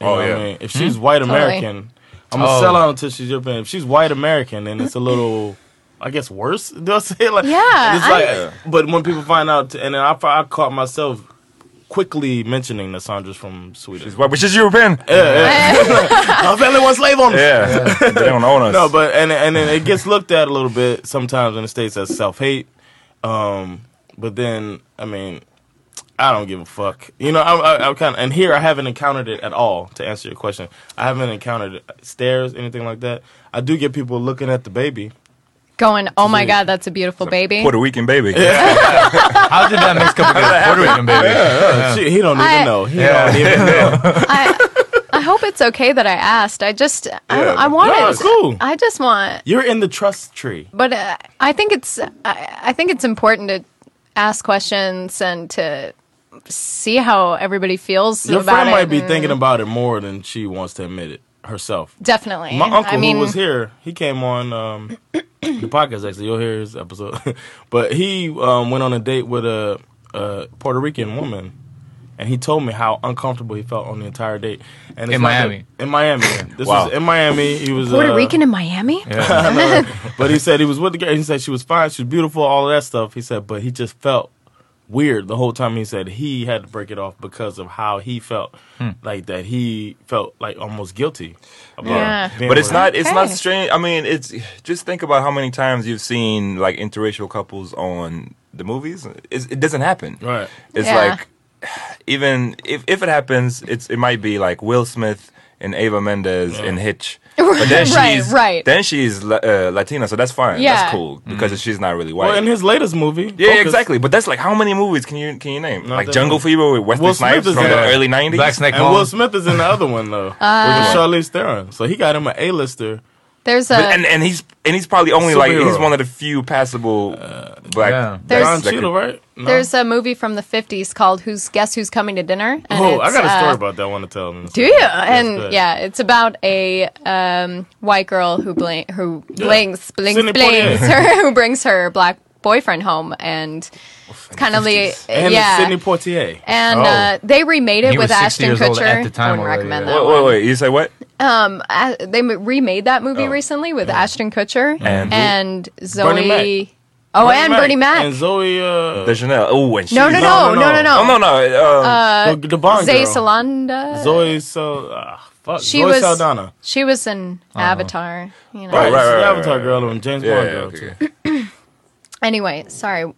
C: You
D: Oh,
C: know what
D: yeah.
C: I mean? if she's
D: Hmm?
C: white
D: Totally.
C: American, I'm a
D: Oh.
C: sellout until she's European. If she's white American, then it's a little, I guess, worse. They'll say like,
F: Yeah,
C: it's
F: I-
C: like. But when people find out, and then I, fi- I caught myself quickly mentioning that Sandra's from Sweden. She's
D: white, but she's European.
C: Yeah, yeah. My family was slave owners.
D: Yeah. They don't own us.
C: No, but and and then it gets looked at a little bit sometimes in the states as self hate. Um, but then I mean, I don't give a fuck. You know, I'm, I, I'm kind of and here I haven't encountered it at all. To answer your question, I haven't encountered stares, anything like that. I do get people looking at the baby.
F: going, oh my God, that's a beautiful baby.
C: Puerto
D: Rican baby.
E: How did that mix up with a Puerto Rican baby?
C: Yeah. She- he don't even
F: I-
C: know. He don't even know.
F: I hope it's okay that I asked. I just, I,
C: Yeah.
F: I wanted,
C: No, it's cool.
F: I just want,
C: You're in the trust tree.
F: but uh, I think it's, I, I think it's important to ask questions and to see how everybody feels
C: Your
F: about
C: friend
F: it.
C: might be
F: and-
C: thinking about it more than she wants to admit it herself.
F: Definitely.
C: My uncle
F: I mean,
C: who was here, he came on um, the podcast. Actually, you'll hear his episode. but he um, went on a date with a, a Puerto Rican woman, and he told me how uncomfortable he felt on the entire date. And
E: In
C: not that-
E: Miami.
C: in Miami, this
E: Wow.
C: was in Miami. He was
F: Puerto
C: uh,
F: Rican in Miami?
C: I know. but he said he was with the girl. He said she was fine, she was beautiful, all of that stuff. He said, but he just felt weird the whole time. He said he had to break it off because of how he felt,
D: Hmm.
C: like that he felt like almost guilty. About
D: Yeah.
C: being
D: But it's
C: with
D: not
C: her.
D: it's not strange. I mean, it's just think about how many times you've seen like interracial couples on the movies. It's, it doesn't happen.
C: Right.
D: It's
C: Yeah.
D: like even if if it happens, it's it might be like Will Smith and Ava Mendes and Hitch. But then she's
F: Right, right.
D: then she's la- uh, Latina, so that's fine.
F: Yeah.
D: That's cool because she's not really white.
C: Mm-hmm. Well, in his latest movie,
D: yeah,
C: Focus,
D: exactly. But that's like how many movies can you can you name? like
C: that-
D: Jungle Fever with Wesley
C: Will Smith
D: Snipes
C: is
D: from
C: in
D: the
C: it.
D: early '90s.
C: and Will Smith is in the other one though,
F: Uh,
C: which is Charlize Theron. So he got him an A-lister.
F: there's a,
D: But- and and he's and he's probably only like he's
C: Superhero. Uh,
D: one of the few passable black. Yeah.
F: There's-
C: Don Cheadle, right? No?
F: There's a movie from the 50s called Who's Guess Who's Coming to Dinner? And
C: oh, I
F: it's,
C: got a story
F: uh,
C: about that. I want to tell him.
F: Do you?
C: go
F: and
C: ahead.
F: yeah, it's about a um, white girl who bling- who blings blings
C: Sidney
F: blings
C: Poitier.
F: her who brings her black boyfriend home, and it's kind of the
C: And
F: yeah.
C: it's Sidney Poitier.
F: And
D: Oh.
F: uh, they remade it with Ashton Kutcher. I wouldn't recommend that.
D: Wait, wait, wait. You say what?
F: Um, uh, they m- remade that movie recently with Ashton Kutcher
D: And-
F: and,
D: Bernie
F: Zoe.
D: Mac.
F: Oh, and Bernie Mac.
C: Zoe. Uh,
D: Deschanel. Oh, and she.
F: No, no, no, no, no, no.
D: Oh, no, no.
C: um,
F: Uh,
D: Uh,
F: Zoe Salanda.
C: Zoe so uh, fuck.
F: She
C: Zoe
F: was
C: Saldana.
F: She was an
C: Uh-huh.
F: Avatar. You know.
C: Right, she's
D: right, right,
C: the
D: right,
C: Avatar
D: right.
C: girl and James
D: Yeah,
C: Bond
D: yeah,
C: girl
D: okay,
C: too.
F: Anyway, sorry.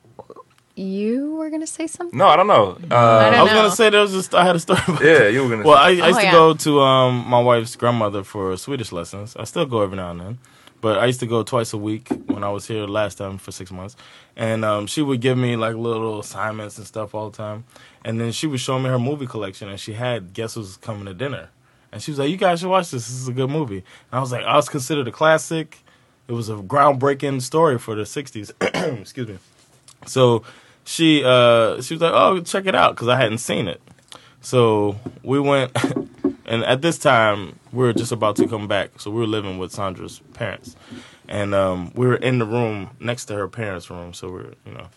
F: You were gonna say something.
D: No, I don't know. Uh,
F: I don't
C: I was
F: know.
C: gonna say there was just I had a story. About
D: Yeah, you were gonna
C: Well, I, I used
D: say. Oh,
C: to
D: yeah.
C: go to um, my wife's grandmother for Swedish lessons. I still go every now and then, but I used to go twice a week when I was here last time for six months, and um, she would give me like little assignments and stuff all the time, and then she would show me her movie collection, and she had guess who's coming to dinner, and she was like, "You guys should watch this. This is a good movie." And I was like, "I was considered a classic. It was a groundbreaking story for the '60s." Excuse me. So she uh she was like, "Oh, check it out," because I hadn't seen it. So we went, and at this time we were just about to come back. So we were living with Sandra's parents, and um, we were in the room next to her parents' room. So we're you know,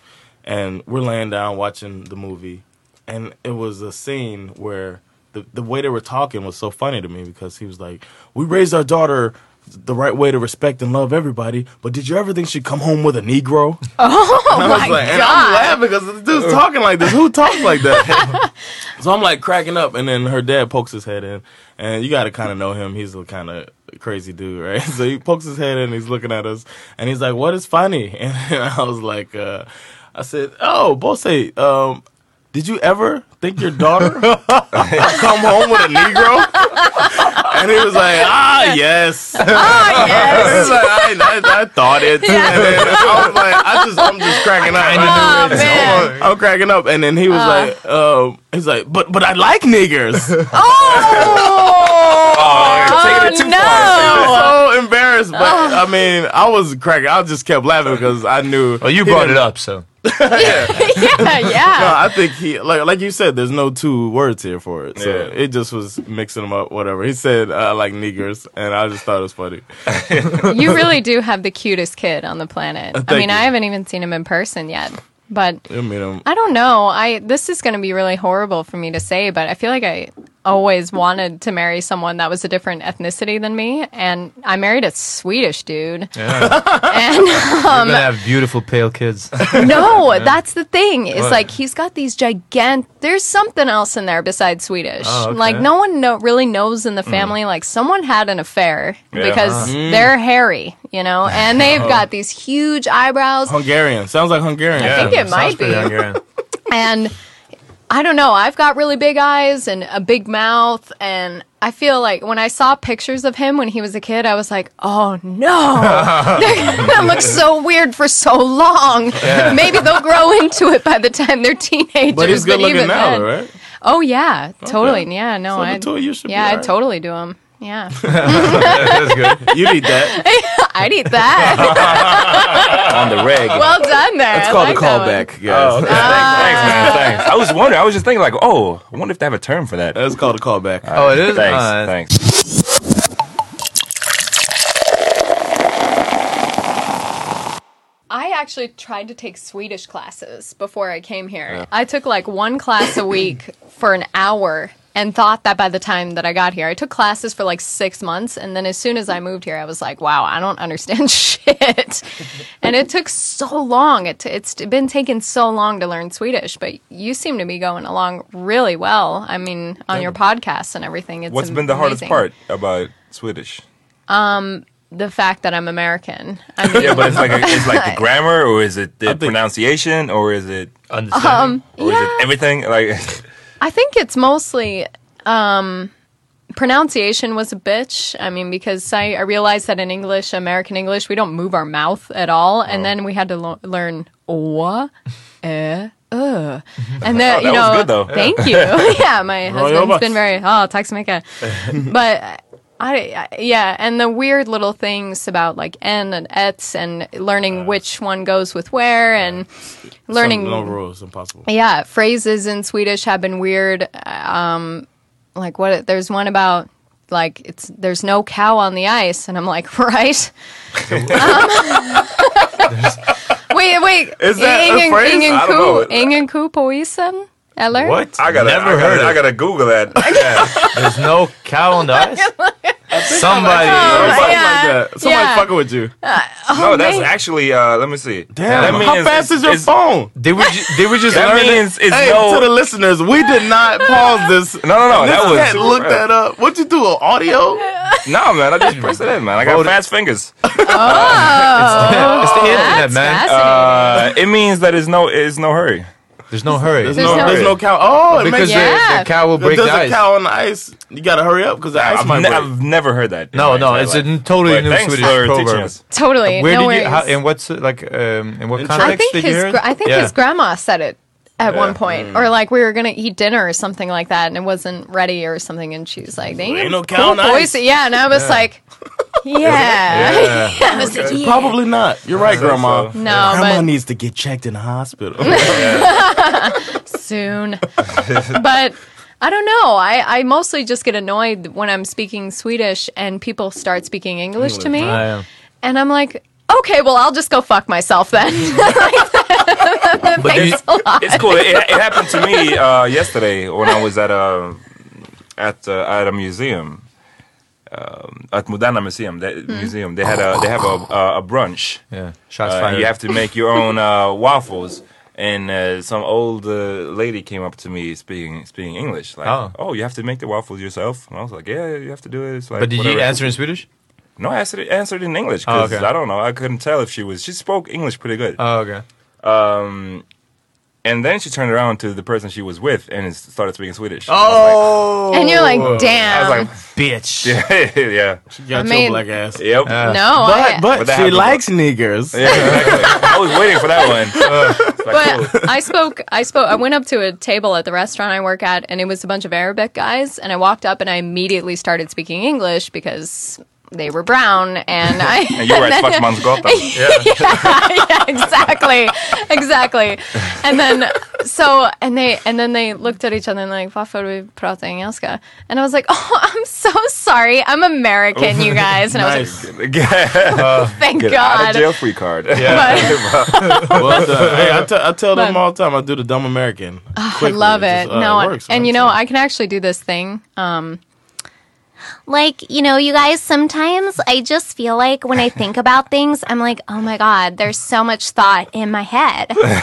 C: and we're laying down watching the movie, and it was a scene where the the way they were talking was so funny to me because he was like, "We raised our daughter." The right way to respect and love everybody, but did you ever think she'd come home with a Negro?
L: Oh
C: And I was like, and I'm laughing because this dude's talking like this. Who talks like that? so I'm like cracking up, and then her dad pokes his head in, and you got to kind of know him. He's a kind of crazy dude, right? So he pokes his head in, he's looking at us, and he's like, "What is funny?" And I was like, uh, "I said, oh, Bose, um, did you ever think your daughter come home with a Negro?" And he was like, ah, yes.
L: Ah, yes.
C: He was like, I, I, I thought it. And then I was like, I just, I'm just cracking up.
F: Um,
C: I knew it. I'm cracking up. And then he was
L: Uh.
C: like, um, he's like, but but I like niggers.
L: Oh!
C: oh,
L: no.
C: so embarrassed, but
F: Oh.
C: I mean, I was cracking. I just kept laughing because I knew. Well,
E: Oh, you brought it up, so.
F: yeah, yeah.
C: No, I think he like like you said. There's no two words here for it, so
D: Yeah.
C: it just was mixing them up. Whatever he said, I like niggers, and I just thought it was funny.
F: you really do have the cutest kid on the planet.
C: Thank
F: I mean,
C: you.
F: I haven't even seen him in person yet, but
C: I mean, um,
F: I don't know. I this is going to be really horrible for me to say, but I feel like I always wanted to marry someone that was a different ethnicity than me, and I married a Swedish dude. And
E: You're gonna
F: um,
E: have beautiful pale kids.
F: no,
E: Yeah.
F: that's the thing. It's
E: What?
F: like he's got these gigant. There's something else in there besides Swedish.
E: Oh, okay. Hmm.
F: Like no one know, really knows in the family. Like someone had an affair
C: Yeah.
F: because
C: Ah. Mm.
F: they're hairy, you know, and they've
C: Oh.
F: got these huge
E: Oh,
F: eyebrows.
C: Hungarian sounds like Hungarian.
F: I think it might be. and I don't know. I've got really big eyes and a big mouth, and I feel like when I saw pictures of him when he was a kid, I was like, oh no, they're gonna look so weird for so long.
C: Yeah.
F: Maybe they'll grow into it by the time they're teenagers.
C: but he's good looking
F: even
C: now,
F: then-
C: though, right?
F: Oh yeah,
C: Okay.
F: totally. Yeah, no,
C: So the
F: I
C: two of you should be
F: yeah, I
C: alright.
F: totally do him. Yeah,
C: That's good. You need that.
F: I'd eat that.
D: on the reg.
F: well done there. I like that one.
D: guys. thanks, thanks,
E: Ah.
D: man. Thanks. I was wondering. I was just thinking, like, oh, I wonder if they have a term for that.
C: That's called a callback.
E: Oh, it is?
D: Thanks.
E: Alright.
D: Thanks.
F: I actually tried to take Swedish classes before I came here. I took like one class a week for an hour and thought that by the time that I got here, I took classes for like six months. And then as soon as I moved here, I was like, wow, I don't understand shit. and it took so long. It t- it's been taking so long to learn Swedish, but you seem to be going along really well. I mean, on your podcast and everything. It's
D: What's been the hardest
F: amazing.
D: part about Swedish?
F: Um, the fact that I'm American. I mean,
D: yeah, but it's like a, it's like the grammar, or is it the pronunciation, or is it
F: Understanding? Um,
D: or is it everything? Like,
F: I think it's mostly um, pronunciation was a bitch. I mean, because I, I realized that in English, American English, we don't move our mouth at all, and then we had to lo- learn wa, eh, uh,
L: Oh,
F: and then
L: that
F: you
L: was
F: know,
L: good, though.
F: thank
L: Yeah.
F: you. yeah, my
L: Bra
F: husband's
L: jobbat.
F: been very oh, tack så mycket. but I, I yeah, and the weird little things about like n and ets and learning which one goes with where and learning
C: Some, no rules, impossible.
F: yeah, phrases in Swedish have been weird. Um, like what? There's one about like it's there's no cow on the ice, and I'm like, right? um, wait, wait.
D: Is that a
F: Ingen-
D: phrase?
F: Ingen
D: I don't
F: Ku-
D: know.
F: Ingen Ku Poisen? Eller?
D: I gotta, I gotta, I gotta Google that.
E: There's no cow on the ice.
F: Somebody oh,
D: Somebody,
F: yeah. like that. Somebody Yeah. fucking
D: with you.
F: Uh, oh,
D: no, that's
F: man.
D: actually. Uh, let me see.
C: Damn,
D: That means
C: how
D: it's-
C: fast is your
D: it's-
C: phone?
E: Did we did we
D: just
C: that
D: learn
C: means
D: it?
C: it's
D: Hey,
C: to the listeners, we did not pause this.
D: No, no, no, that was-
C: Listeners can't look that up. What you do? Audio?
D: no, man, I just pressed it in, man. I got fast fingers.
F: Oh,
E: it's the internet, man.
D: Uh, it means that it's no, it's no hurry.
E: There's no hurry.
C: There's, no, there's no cow. Oh, it
E: Because
C: makes
E: the- Yeah. the cow will
C: If
E: break
C: There's
E: the
C: a
E: ice.
C: cow on the ice. You gotta hurry up because the ice
D: I've,
C: might
D: ne-
C: break.
D: I've never heard that.
E: No, no, it's a n- totally
D: But
E: new
D: thanks
E: Swedish
D: for teaching
E: proverb.
D: us.
F: Totally.
E: Where
F: no
E: did
F: worries.
E: you? How, in what's uh, like? Um, in what context
F: I think
E: did you
F: his.
E: hear it?
F: gr- I think
E: yeah.
F: his grandma said it at
E: Yeah.
F: one point, or like we were gonna eat dinner or something like that, and it wasn't ready or something, and she's like, "They
C: Ain't no cow on ice."
F: Yeah, and I was
C: Yeah.
F: like, "Yeah,
C: Yeah.
F: I was like, yeah.
C: Probably not. You're right,
F: I think
C: Grandma.
F: so. No,
C: Grandma
F: but-
C: needs to get checked in the hospital.
F: soon." but I don't know. I, I mostly just get annoyed when I'm speaking Swedish and people start speaking English to me. And I'm like, okay, well, I'll just go fuck myself then. Like,
D: But
F: Thanks a lot.
D: It's cool. It, it happened to me uh, yesterday when I was at a at uh, at a museum, um, at Moderna Museum. That
F: Hmm.
D: museum they had a they have a a, a brunch.
E: Yeah. Shots
D: Uh,
E: fired.
D: you have to make your own uh, waffles. And uh, some old uh, lady came up to me speaking speaking English, like,
E: Oh.
D: "Oh, you have to make the waffles yourself." And I was like, "Yeah, you have to do it." It's like,
E: But did you
D: whatever."
E: answer in Swedish?
D: No, I answered, answered in English because
E: Oh, okay.
D: I don't know. I couldn't tell if she was. She spoke English pretty good.
E: Oh, okay.
D: Um, and then she turned around to the person she was with and s- started speaking Swedish.
C: Oh,
F: And you're like, damn.
D: I was like,
E: bitch.
D: yeah, yeah.
F: got I your mean- black
C: ass.
D: Yep.
F: No,
C: but
F: I-
C: but,
D: But that
C: she
D: happened.
C: likes niggers.
D: Yeah, exactly. I was waiting for that one. It's like, cool.
F: but I spoke. I spoke. I went up to a table at the restaurant I work at, and it was a bunch of Arabic guys. And I walked up, and I immediately started speaking English because they were brown, and I.
D: And you were at Faxman's Gotham. Yeah.
F: yeah, exactly, exactly. And then so, and they, and then they looked at each other and like, "Varför vi pratar engelska?" And I was like, "Oh, I'm so sorry. I'm American, you guys." And I was like,
C: Uh,
F: Thank
D: Get out
F: God.
D: of jail free card.
C: Yeah. well done. Hey, I, tell I tell them
F: But-
C: all the time. I do the dumb American.
F: Oh, I
C: quickly.
F: love
C: It's
F: it.
C: just, uh,
F: no,
C: it
F: I-
C: works,
F: and you know, I can actually do this thing. Um,
K: Like, you know, you guys, sometimes I just feel like when I think about things, I'm like, oh my God, there's so much thought in my head.
E: Wait,
F: I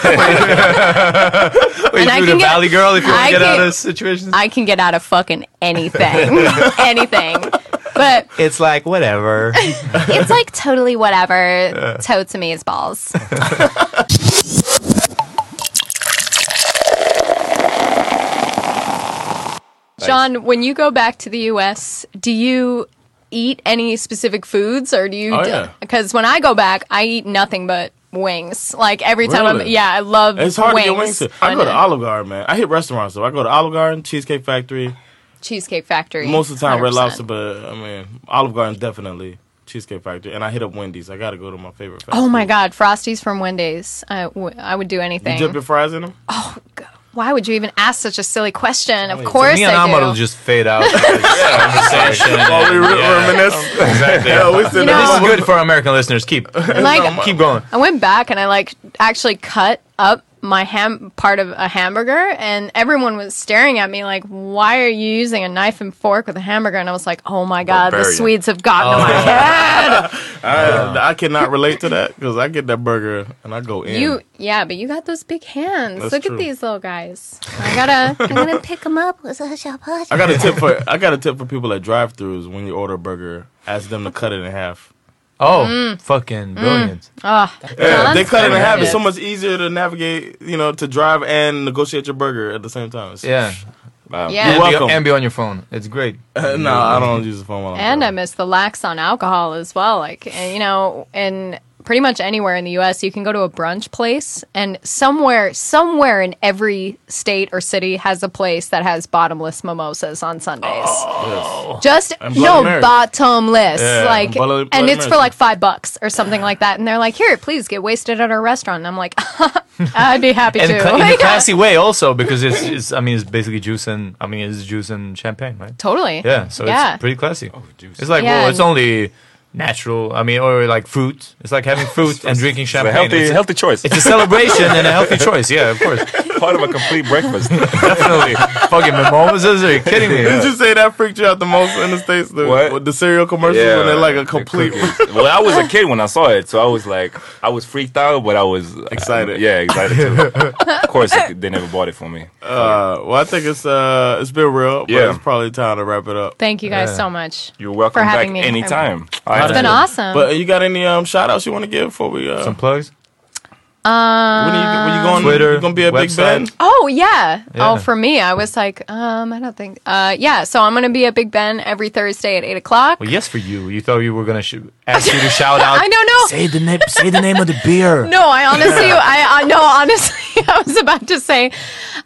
E: you the
F: can get-
E: valley girl if you want
F: I
E: to get out
F: can-
E: of situations.
F: I can get out of fucking anything, anything. But
E: It's like whatever.
K: it's like totally whatever.
E: Yeah.
K: Toad to me is balls.
F: John, when you go back to the U.S., do you eat any specific foods, or do you?
C: Oh, yeah.
F: Because when I go back, I eat nothing but wings. Like every time, I'm
C: Really?
F: yeah, I love.
C: It's hard
F: wings.
C: to
F: uh,
C: get wings. To. I go to Olive Garden, man. I hit restaurants though. I go to Olive Garden, Cheesecake Factory.
F: Cheesecake Factory.
C: Most of the time, Red
F: 100%.
C: Lobster, but I mean, Olive Garden definitely. Cheesecake Factory, and I hit up Wendy's. I gotta go to my favorite. fast
F: Oh my
C: food.
F: God, Frosties from Wendy's. I, w- I would do anything.
C: You dip your fries in them?
F: Why would you even ask such a silly question? Of
E: To
F: course
E: me and
F: I
E: Ahmad will
F: do.
E: just fade out. of this conversation.
C: While we re- reminisce.
E: Exactly.
C: Yeah, we sit You down.
E: this is good for our American listeners. Keep,
F: um,
C: um,
F: Like-
E: keep going.
F: I went back and I like actually cut up my ham part of a hamburger, and everyone was staring at me like, "Why are you using a knife and fork with a hamburger?" And I was like, "Oh my God, the
C: Barbarian. Oh,
F: Swedes have gotten to my head."
C: I, I cannot relate to that because I get that burger and I go in.
F: You, yeah, but you got those big hands.
C: That's
F: Look
C: true.
F: at these little guys. I gotta, I'm gonna pick them up with a
C: I got a tip for I got a tip for people at drive-throughs when you order a burger, ask them to cut it in half.
E: Oh,
F: Mm.
E: fucking brilliant!
F: Ah,
C: Yeah, they
F: John's
C: cut it in half.
F: favorite.
C: It's so much easier to navigate, you know, to drive and negotiate your burger at the same time. It's-
E: Yeah.
F: Yeah.
E: And
C: You're
E: be-
C: welcome.
E: and be on your phone. It's great.
C: no, I don't use the phone. While I'm
F: And I miss the lax on alcohol as well. Like, and, you know, in pretty much anywhere in the US, you can go to a brunch place, and somewhere, somewhere in every state or city has a place that has bottomless mimosas on Sundays. Just
C: And Oh. Bloody
F: no
C: Marys.
F: bottomless,
C: Yeah,
F: like,
C: and Bloody-
F: and
C: Bloody
F: it's for
C: Marys.
F: like five bucks or something like that. And they're like, "Here, please get wasted at our restaurant." And I'm like, "I'd be happy
E: And
F: to." Oh
E: cla- in a classy way, also because it's, it's I mean it's basically juice and I mean it's juice and champagne, right?
F: Totally.
E: Yeah, so
F: Yeah.
C: Oh,
E: it's pretty classy. it's like
F: Yeah,
E: well, it's
F: and-
E: only natural. I mean, or like fruit. It's like having fruit and drinking
D: a
E: champagne.
D: healthy-
E: it's
D: healthy choice.
E: It's a celebration and a healthy choice. Yeah, of course.
D: Part of a complete breakfast.
E: Definitely. Fucking mimosas? Are you kidding me?
C: Did you say that freaked you out the most in the states? The, what? the cereal commercials
D: Yeah.
C: when they're like a complete.
D: well, I was a kid when I saw it, so I was like, I was freaked out, but I was excited. yeah, excited too. of course, they never bought it for me.
C: Uh, well, I think it's uh, it's been real, but
D: Yeah.
C: it's probably time to wrap it up.
F: Thank you guys so much.
D: You're
F: welcome For having back me. anytime. It's been awesome.
C: But you got any um, shout outs you want to give before we uh, some
E: plugs?
F: Um,
C: When are you, when you going? Twitter, you gonna be a big
E: website.
C: band?
F: Oh yeah.
C: Yeah.
F: Oh, for me, I was like, um, I don't think. Uh, yeah. So I'm gonna be at Big Ben every Thursday at eight o'clock.
E: Well, yes, for you. You thought you were gonna sh- ask you to shout out.
F: I don't know.
E: Say the name. Say the name of the beer.
F: No, I honestly, I, I no, honestly, I was about to say,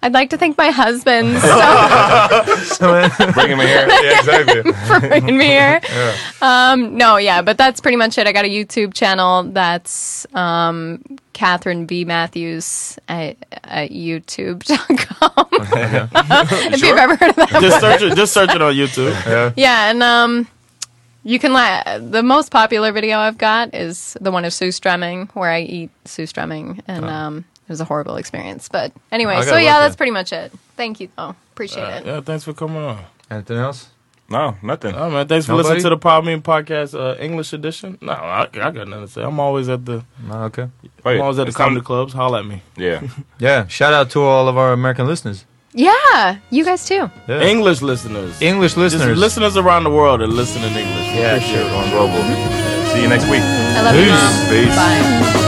F: I'd like to thank my husband so,
D: Bring him in here. Yeah, exactly.
F: for bringing me here.
D: Yeah.
F: Um, no, yeah, but that's pretty much it. I got a YouTube channel that's um, Catherine B Matthews at, at YouTube.com. if you've ever heard of that,
C: just
F: word.
C: search it. Just search it on YouTube. Yeah.
F: Yeah, and um, you can la- the most popular video I've got is the one of Sue Strumming, where I eat Sue Strumming, and um, it was a horrible experience. But
C: Oh. I
F: anyway,
C: gotta
F: so yeah,
C: watch
F: that's
C: that.
F: pretty much it. Thank you, though. Appreciate it.
C: Yeah, thanks for coming on.
E: Anything else?
D: No, nothing.
C: Oh man, thanks for
D: Nobody?
C: listening to the Pod Me Podcast uh, English edition. No, I, I got nothing to say. I'm always at the.
E: okay.
D: Wait,
C: I'm always at the
D: come-
C: comedy clubs. Holla at me.
D: Yeah.
E: Yeah. Shout out to all of our American listeners.
F: Yeah, you guys too.
E: Yeah.
C: English listeners.
E: English listeners.
C: Just listeners around the world that listen in English. Yeah, sure.
D: On global. See you next week.
F: I love you, Mom.
D: Peace.
F: Bye.